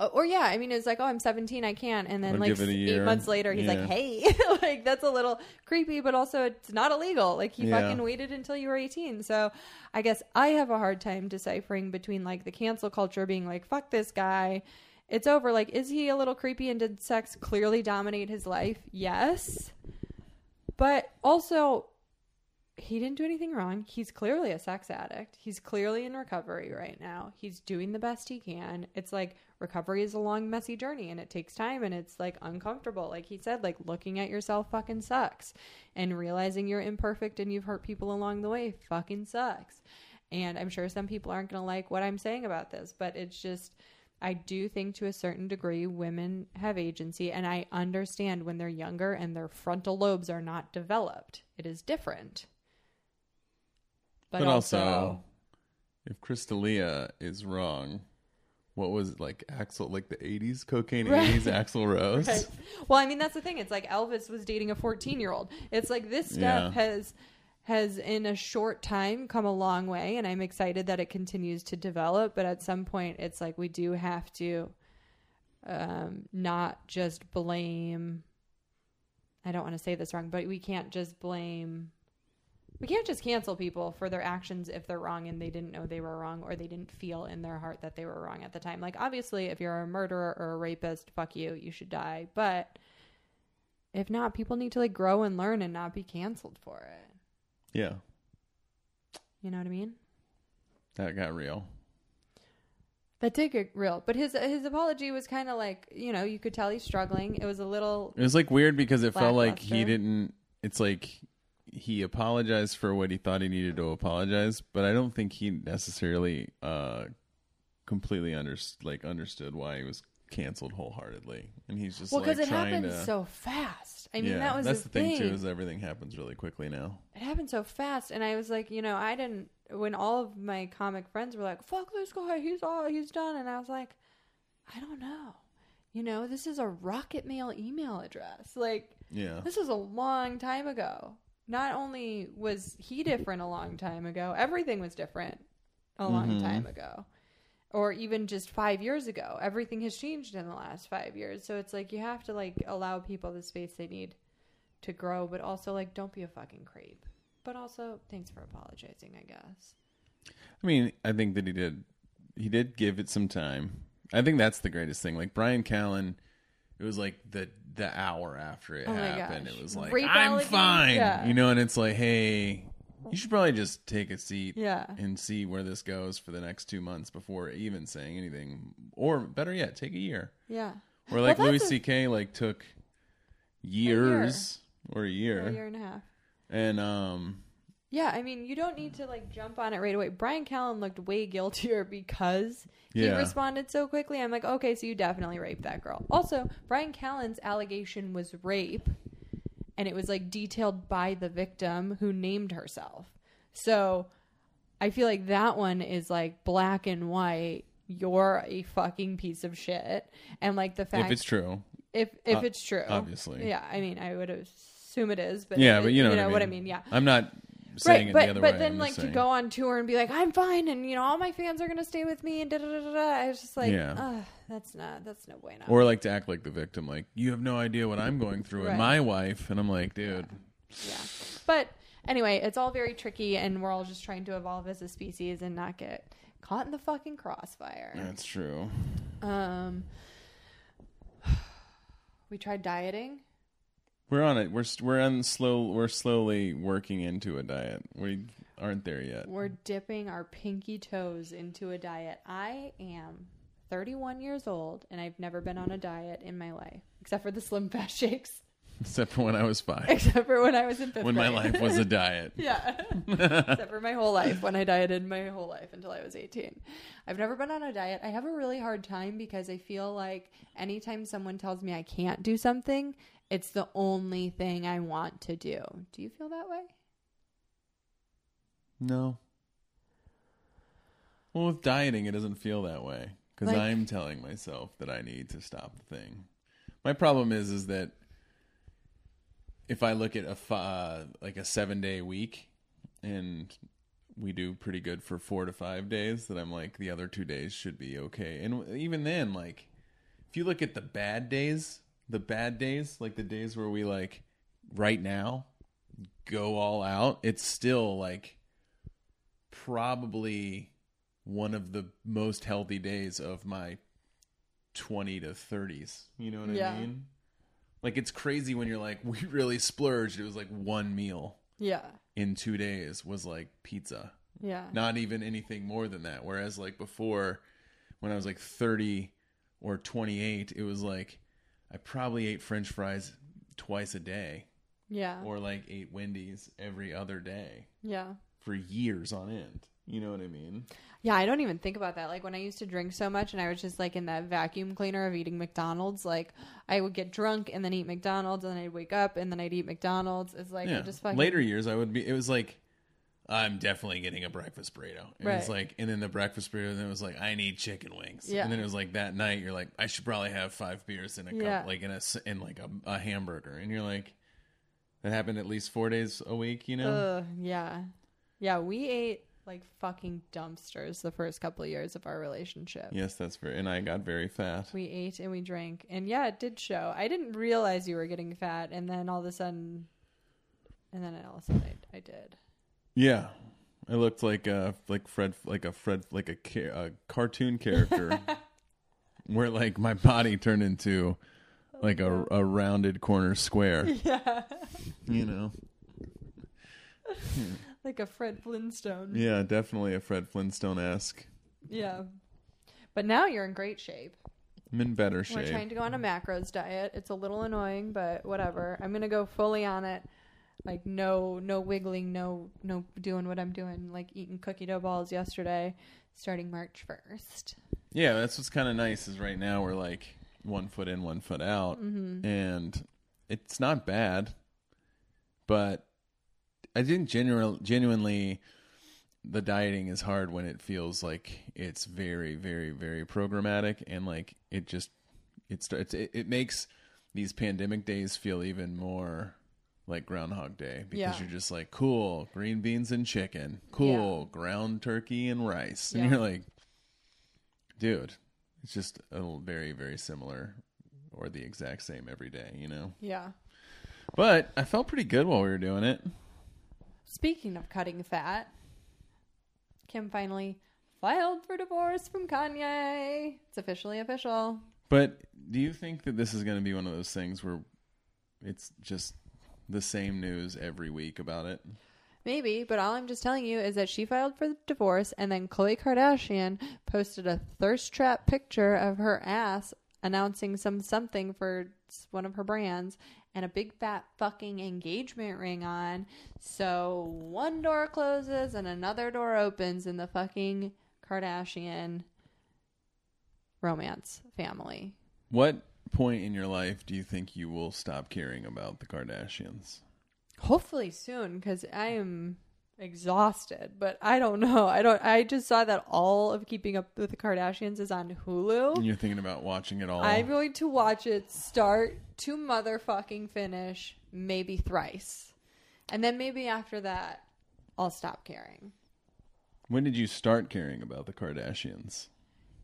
[SPEAKER 3] Uh, or yeah, I mean it's like oh I'm 17, I can't, and then
[SPEAKER 2] Or
[SPEAKER 3] like
[SPEAKER 2] give it a
[SPEAKER 3] eight
[SPEAKER 2] year.
[SPEAKER 3] months later he's
[SPEAKER 2] Yeah.
[SPEAKER 3] like hey, like that's a little creepy, but also it's not illegal. Like he
[SPEAKER 2] Yeah.
[SPEAKER 3] fucking waited until you were 18, so I guess I have a hard time deciphering between like the cancel culture being like fuck this guy. It's over. Like, is he a little creepy and did sex clearly dominate his life? Yes. But also, he didn't do anything wrong. He's clearly a sex addict. He's clearly in recovery right now. He's doing the best he can. It's like recovery is a long, messy journey and it takes time and it's like uncomfortable. Like he said, like looking at yourself fucking sucks and realizing you're imperfect and you've hurt people along the way fucking sucks. And I'm sure some people aren't going to like what I'm saying about this, but it's just. I do think to a certain degree women have agency, and I understand when they're younger and their frontal lobes are not developed. It is different.
[SPEAKER 2] but, also, if Crystalia is wrong, what was it, like Axel, like the '80s cocaine
[SPEAKER 3] Right.
[SPEAKER 2] '80s Axel Rose?
[SPEAKER 3] Right. Well, I mean that's the thing. It's like Elvis was dating a 14-year-old. It's like this stuff
[SPEAKER 2] Yeah.
[SPEAKER 3] has has in a short time come a long way and I'm excited that it continues to develop, but at some point it's like we do have to um not just blame I don't want to say this wrong, but we can't just blame we can't just cancel people for their actions if they're wrong and they didn't know they were wrong or they didn't feel in their heart that they were wrong at the time. Like, obviously, if you're a murderer or a rapist, fuck you, you should die. But if not, people need to like grow and learn and not be canceled for it.
[SPEAKER 2] Yeah,
[SPEAKER 3] You know what I mean?
[SPEAKER 2] that got real.
[SPEAKER 3] That did get real, but his uh, his apology was kind of like you know you could tell he's struggling. It was a little
[SPEAKER 2] It was like weird because it felt like he
[SPEAKER 3] Lackluster.
[SPEAKER 2] didn't. It's like he apologized for what he thought he needed to apologize, but I don't think he necessarily uh completely under like understood why he was canceled wholeheartedly. And he's just
[SPEAKER 3] well
[SPEAKER 2] like
[SPEAKER 3] because it
[SPEAKER 2] trying
[SPEAKER 3] happened
[SPEAKER 2] to-
[SPEAKER 3] so fast. I mean
[SPEAKER 2] yeah,
[SPEAKER 3] that was
[SPEAKER 2] that's
[SPEAKER 3] the,
[SPEAKER 2] the thing, too. Is everything happens really quickly now?
[SPEAKER 3] it happened so fast and i was like you know i didn't when all of my comic friends were like fuck this guy he's all he's done and i was like i don't know you know this is a rocket mail email address like
[SPEAKER 2] Yeah,
[SPEAKER 3] this is a long time ago not only was he different a long time ago everything was different a long time ago or even just five years ago everything has changed in the last five years so it's like you have to like allow people the space they need to grow but also like don't be a fucking creep but also thanks for apologizing i guess
[SPEAKER 2] I mean, I think that he did. He did give it some time. I think that's the greatest thing. Like Brian Callen, it was like the the hour after it
[SPEAKER 3] Oh my
[SPEAKER 2] happened,
[SPEAKER 3] gosh.
[SPEAKER 2] it was like
[SPEAKER 3] Rape
[SPEAKER 2] I'm
[SPEAKER 3] allegations?
[SPEAKER 2] fine,
[SPEAKER 3] Yeah.
[SPEAKER 2] you know. And it's like, hey, you should probably just take a seat,
[SPEAKER 3] Yeah.
[SPEAKER 2] and see where this goes for the next two months before even saying anything, or better yet, take a year.
[SPEAKER 3] yeah
[SPEAKER 2] Or like
[SPEAKER 3] Well,
[SPEAKER 2] Louis
[SPEAKER 3] that's a-
[SPEAKER 2] C.K. like took years or a year,
[SPEAKER 3] a year and a half
[SPEAKER 2] and um.
[SPEAKER 3] yeah i mean you don't need to like jump on it right away brian callen looked way guiltier because he
[SPEAKER 2] Yeah.
[SPEAKER 3] responded so quickly i'm like okay so you definitely raped that girl also brian callen's allegation was rape and it was like detailed by the victim who named herself so I feel like that one is like black and white. You're a fucking piece of shit, and like the fact
[SPEAKER 2] If it's true,
[SPEAKER 3] if, if
[SPEAKER 2] uh,
[SPEAKER 3] it's true,
[SPEAKER 2] obviously.
[SPEAKER 3] yeah. I mean, I would assume it is, but
[SPEAKER 2] yeah,
[SPEAKER 3] it-
[SPEAKER 2] but you know, what, I mean.
[SPEAKER 3] what I mean, yeah.
[SPEAKER 2] I'm not saying it
[SPEAKER 3] but
[SPEAKER 2] the other
[SPEAKER 3] but
[SPEAKER 2] way.
[SPEAKER 3] then
[SPEAKER 2] I'm
[SPEAKER 3] like
[SPEAKER 2] just
[SPEAKER 3] to
[SPEAKER 2] saying.
[SPEAKER 3] go on tour and be like, I'm fine, and you know, all my fans are gonna stay with me, and da da da da. da. I was just like,
[SPEAKER 2] Yeah.
[SPEAKER 3] "Ugh, that's not that's no bueno.
[SPEAKER 2] or like to act like the victim, like you have no idea what I'm going through
[SPEAKER 3] Right.
[SPEAKER 2] and my wife, and I'm like, dude,
[SPEAKER 3] yeah. But anyway, it's all very tricky, and we're all just trying to evolve as a species and not get caught in the fucking crossfire.
[SPEAKER 2] that's true.
[SPEAKER 3] Um, we tried dieting.
[SPEAKER 2] We're on it. We're st- we're on slow. We're slowly working into a diet. We aren't there yet.
[SPEAKER 3] We're dipping our pinky toes into a diet. I am 31 years old and I've never been on a diet in my life, except for the Slim Fast shakes,
[SPEAKER 2] Except for when I was five,
[SPEAKER 3] except for when I was in fifth
[SPEAKER 2] when my
[SPEAKER 3] grade.
[SPEAKER 2] life was a diet.
[SPEAKER 3] Yeah. Except for my whole life when I dieted my whole life until I was 18. I've never been on a diet. I have a really hard time because I feel like anytime someone tells me I can't do something, it's the only thing I want to do. Do you feel that way?
[SPEAKER 2] No. Well, with dieting, it doesn't feel that way because
[SPEAKER 3] Like-
[SPEAKER 2] I'm telling myself that I need to stop the thing. My problem is, is that if I look at a fi- uh, like a seven day week, and we do pretty good for four to five days, that I'm like the other two days should be okay. And even then, like if you look at the bad days, the bad days, like the days where we like right now go all out, it's still like probably one of the most healthy days of my 20 to 30s. You know what
[SPEAKER 3] Yeah.
[SPEAKER 2] I mean? Like it's crazy when you're like, we really splurged. It was like one meal
[SPEAKER 3] Yeah.
[SPEAKER 2] in two days was like pizza,
[SPEAKER 3] Yeah.
[SPEAKER 2] not even anything more than that. Whereas like before, when I was like 30 or 28, it was like I probably ate French fries twice a day
[SPEAKER 3] Yeah.
[SPEAKER 2] or like ate Wendy's every other day
[SPEAKER 3] yeah.
[SPEAKER 2] for years on end. You know what I mean?
[SPEAKER 3] Yeah, I don't even think about that. Like when I used to drink so much and I was just like in that vacuum cleaner of eating McDonald's, like I would get drunk and then eat McDonald's and then I'd wake up and then I'd eat McDonald's. It's like I
[SPEAKER 2] yeah.
[SPEAKER 3] just fucking
[SPEAKER 2] Later years, I would be. It was like, I'm definitely getting a breakfast burrito. It
[SPEAKER 3] Right.
[SPEAKER 2] was like, and then the breakfast burrito, and then it was like, I need chicken wings.
[SPEAKER 3] Yeah.
[SPEAKER 2] And then it was like that night, you're like, I should probably have five beers and a
[SPEAKER 3] Yeah.
[SPEAKER 2] cup, like in a s- in like a, a hamburger, and you're like, that happened at least four days a week, you know.
[SPEAKER 3] Ugh, yeah. Yeah, we ate like fucking dumpsters the first couple of years of our relationship.
[SPEAKER 2] Yes, that's very. And I got very fat.
[SPEAKER 3] We ate and we drank. And yeah, it did show. I didn't realize you were getting fat and then all of a sudden and then all of a sudden I, I did.
[SPEAKER 2] Yeah. I looked like a like Fred like a Fred like a, ca- a cartoon character where like my body turned into like
[SPEAKER 3] Oh,
[SPEAKER 2] a, a rounded corner square.
[SPEAKER 3] Yeah.
[SPEAKER 2] You know.
[SPEAKER 3] like a Fred Flintstone.
[SPEAKER 2] Yeah, definitely a Fred Flintstone esque.
[SPEAKER 3] Yeah. But now you're in great shape.
[SPEAKER 2] I'm in better
[SPEAKER 3] We're trying
[SPEAKER 2] shape.
[SPEAKER 3] to go on a macros diet. It's a little annoying, but whatever. I'm gonna go fully on it. Like no no wiggling, no no doing what I'm doing, like eating cookie dough balls yesterday, starting March first.
[SPEAKER 2] Yeah, that's what's kind of nice is right now we're like one foot in, one foot out, and it's not bad, but I think general genuinely the dieting is hard when it feels like it's very, very, very programmatic and like it just it starts it, it makes these pandemic days feel even more like groundhog day because
[SPEAKER 3] Yeah.
[SPEAKER 2] you're just like cool green beans and chicken cool ground turkey and rice and
[SPEAKER 3] Yeah.
[SPEAKER 2] you're like dude it's just a little very very similar or the exact same every day you know
[SPEAKER 3] Yeah.
[SPEAKER 2] but i felt pretty good while we were doing it
[SPEAKER 3] Speaking of cutting fat, Kim finally filed for divorce from Kanye. It's officially official.
[SPEAKER 2] but do you think that this is going to be one of those things where it's just the same news every week about it
[SPEAKER 3] Maybe, but all I'm just telling you is that she filed for divorce, and then Khloe Kardashian posted a thirst trap picture of her ass announcing some something for s- one of her brands and a big fat fucking engagement ring on. So one door closes and another door opens in the fucking Kardashian romance family.
[SPEAKER 2] what point in your life do you think you will stop caring about the kardashians
[SPEAKER 3] Hopefully soon, because I am exhausted. But I don't know. I don't. I just saw that all of Keeping Up with the Kardashians is on
[SPEAKER 2] and
[SPEAKER 3] Hulu.
[SPEAKER 2] you're thinking about watching it all
[SPEAKER 3] I'm going to watch it start to motherfucking finish, maybe thrice, and then maybe after that, I'll stop caring.
[SPEAKER 2] when did you start caring about the kardashians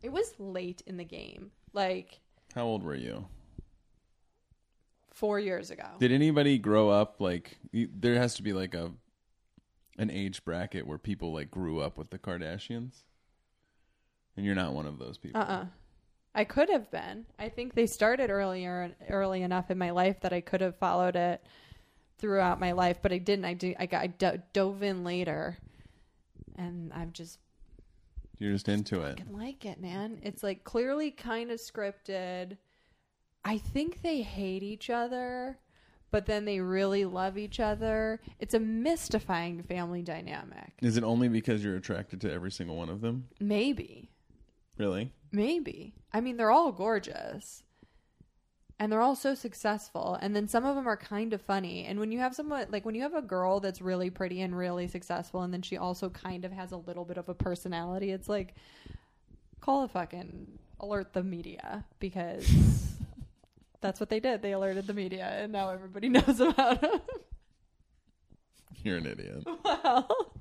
[SPEAKER 3] It was late in the game, like
[SPEAKER 2] how old were you
[SPEAKER 3] four years ago.
[SPEAKER 2] Did anybody grow up like you, there has to be like a an age bracket where people like grew up with the Kardashians? And you're not one of those people.
[SPEAKER 3] Uh-uh. I could have been. I think they started earlier early enough in my life that I could have followed it throughout my life, but I didn't. I do I got I do- dove in later. And I'm just
[SPEAKER 2] You're just into it.
[SPEAKER 3] fucking like it, man. It's like clearly kind of scripted. I think they hate each other, but then they really love each other. It's a mystifying family dynamic.
[SPEAKER 2] Is it only because you're attracted to every single one of them?
[SPEAKER 3] Maybe.
[SPEAKER 2] Really?
[SPEAKER 3] Maybe. I mean, they're all gorgeous. And they're all so successful. And then some of them are kind of funny. And when you have someone, like when you have a girl that's really pretty and really successful, and then she also kind of has a little bit of a personality, it's like, call a fucking alert the media because That's what they did. They alerted the media, and now everybody knows about him.
[SPEAKER 2] You're an idiot.
[SPEAKER 3] well,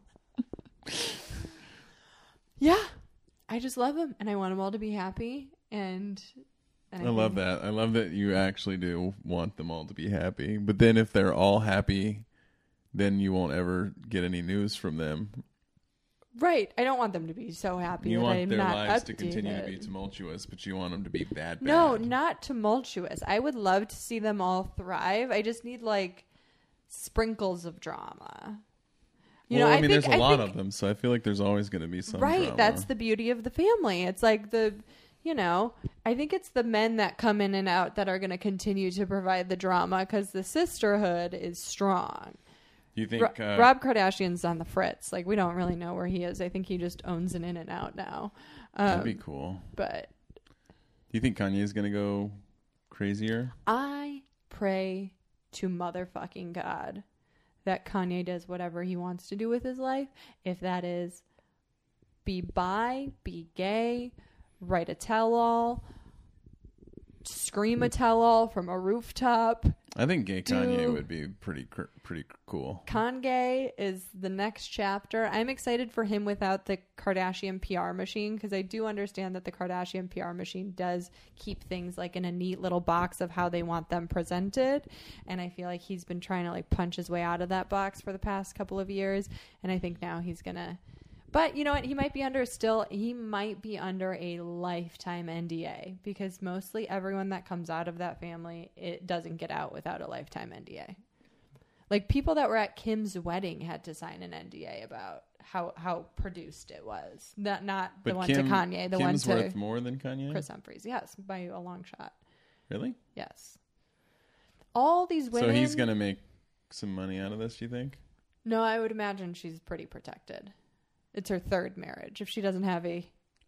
[SPEAKER 3] yeah, I just love him, and I want them all to be happy. And, and
[SPEAKER 2] I love that. I love that you actually do want them all to be happy. But then if they're all happy, then you won't ever get any news from them.
[SPEAKER 3] Right, I don't want them to be so happy
[SPEAKER 2] you
[SPEAKER 3] that
[SPEAKER 2] want
[SPEAKER 3] I'm
[SPEAKER 2] their
[SPEAKER 3] not
[SPEAKER 2] lives
[SPEAKER 3] updated.
[SPEAKER 2] to continue to be tumultuous, but you want them to be that bad.
[SPEAKER 3] No, not tumultuous. I would love to see them all thrive. I just need like sprinkles of drama. You
[SPEAKER 2] well,
[SPEAKER 3] know,
[SPEAKER 2] I mean,
[SPEAKER 3] think,
[SPEAKER 2] there's a lot
[SPEAKER 3] think,
[SPEAKER 2] of them, so I feel like there's always going to be some.
[SPEAKER 3] Right,
[SPEAKER 2] drama.
[SPEAKER 3] that's the beauty of the family. It's like the, you know, I think it's the men that come in and out that are going to continue to provide the drama because the sisterhood is strong.
[SPEAKER 2] You think
[SPEAKER 3] Ro-
[SPEAKER 2] uh,
[SPEAKER 3] Rob Kardashian's on the fritz. Like we don't really know where he is. I think he just owns an In and Out now. Um,
[SPEAKER 2] that'd be cool?
[SPEAKER 3] but
[SPEAKER 2] Do you think Kanye's going to go crazier?
[SPEAKER 3] I pray to motherfucking God that Kanye does whatever he wants to do with his life. If that is be bi, be gay, write a tell all, scream a tell all from a rooftop.
[SPEAKER 2] I think gay Kanye
[SPEAKER 3] Do-
[SPEAKER 2] would be pretty cr- pretty cool.
[SPEAKER 3] Kanye is the next chapter. I'm excited for him without the Kardashian PR machine because I do understand that the Kardashian PR machine does keep things like in a neat little box of how they want them presented. And I feel like he's been trying to like punch his way out of that box for the past couple of years. And I think now he's going to. But you know what? He might be under still, he might be under a lifetime NDA because mostly everyone that comes out of that family, it doesn't get out without a lifetime NDA like people that were at Kim's wedding had to sign an NDA about how how produced it was. Not not the one
[SPEAKER 2] Kim-
[SPEAKER 3] to Kanye, the
[SPEAKER 2] Kim's
[SPEAKER 3] one to
[SPEAKER 2] worth more than Kanye.
[SPEAKER 3] Chris Humphries. Yes, by a long shot.
[SPEAKER 2] Really?
[SPEAKER 3] Yes. All these women.
[SPEAKER 2] So he's going to make some money out of this. You think?
[SPEAKER 3] No, I would imagine she's pretty protected. It's her third marriage. If she doesn't have a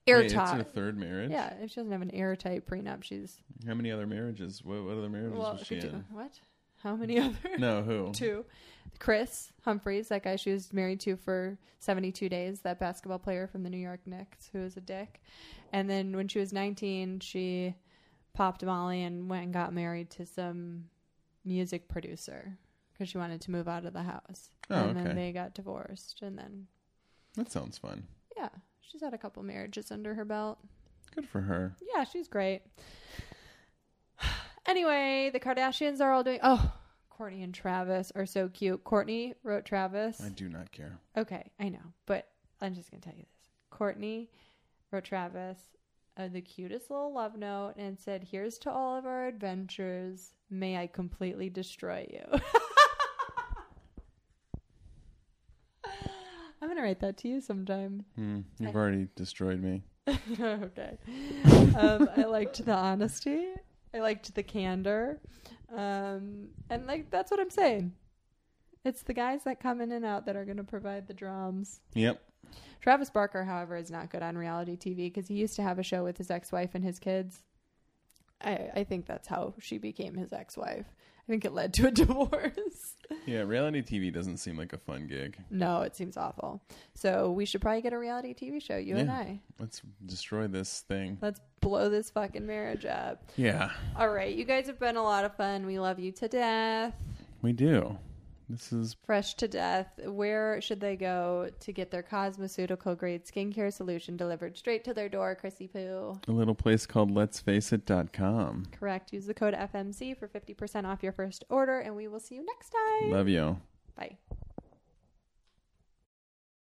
[SPEAKER 3] air
[SPEAKER 2] Wait, it's her
[SPEAKER 3] tight,
[SPEAKER 2] third marriage.
[SPEAKER 3] yeah. If she doesn't have an airtight prenup, she's
[SPEAKER 2] How many other marriages? What, what other marriages
[SPEAKER 3] well.
[SPEAKER 2] was she
[SPEAKER 3] could you-
[SPEAKER 2] in?
[SPEAKER 3] what? How many other?
[SPEAKER 2] No, who?
[SPEAKER 3] Two. Chris Humphreys, that guy she was married to for 72 days, that basketball player from the New York Knicks who was a dick. And then when she was 19, she popped Molly and went and got married to some music producer because she wanted to move out of the house.
[SPEAKER 2] Oh,
[SPEAKER 3] and
[SPEAKER 2] okay.
[SPEAKER 3] then they got divorced. And then,
[SPEAKER 2] That sounds fun.
[SPEAKER 3] yeah, she's had a couple marriages under her belt.
[SPEAKER 2] Good for her.
[SPEAKER 3] Yeah, she's great. Anyway, the Kardashians are all doing. Oh, Courtney and Travis are so cute. Courtney wrote Travis.
[SPEAKER 2] I do not care.
[SPEAKER 3] Okay, I know, but I'm just gonna tell you this. Courtney wrote Travis uh, the cutest little love note and said, "Here's to all of our adventures. May I completely destroy you." I'm gonna write that to you sometime.
[SPEAKER 2] Hmm, you've already destroyed me.
[SPEAKER 3] okay. um, I liked the honesty. I liked the candor. Um, and like that's what I'm saying. It's the guys that come in and out that are gonna provide the drums.
[SPEAKER 2] Yep.
[SPEAKER 3] Travis Barker, however, is not good on reality TV because he used to have a show with his ex wife and his kids. I, I think that's how she became his ex wife. I think it led to a divorce.
[SPEAKER 2] Yeah, reality TV doesn't seem like a fun gig.
[SPEAKER 3] no, it seems awful. So we should probably get a reality TV show, you and
[SPEAKER 2] Yeah.
[SPEAKER 3] I.
[SPEAKER 2] Let's destroy this thing.
[SPEAKER 3] Let's blow this fucking marriage up.
[SPEAKER 2] Yeah,
[SPEAKER 3] All right, you guys have been a lot of fun. We love you to death.
[SPEAKER 2] we do. This is
[SPEAKER 3] Fresh to death. Where should they go to get their cosmeceutical grade skincare solution delivered straight to their door, Chrissy Poo?
[SPEAKER 2] a little place called let'sfaceit.com.
[SPEAKER 3] Correct. Use the code FMC for 50% off your first order, and we will see you next time.
[SPEAKER 2] Love you.
[SPEAKER 3] Bye.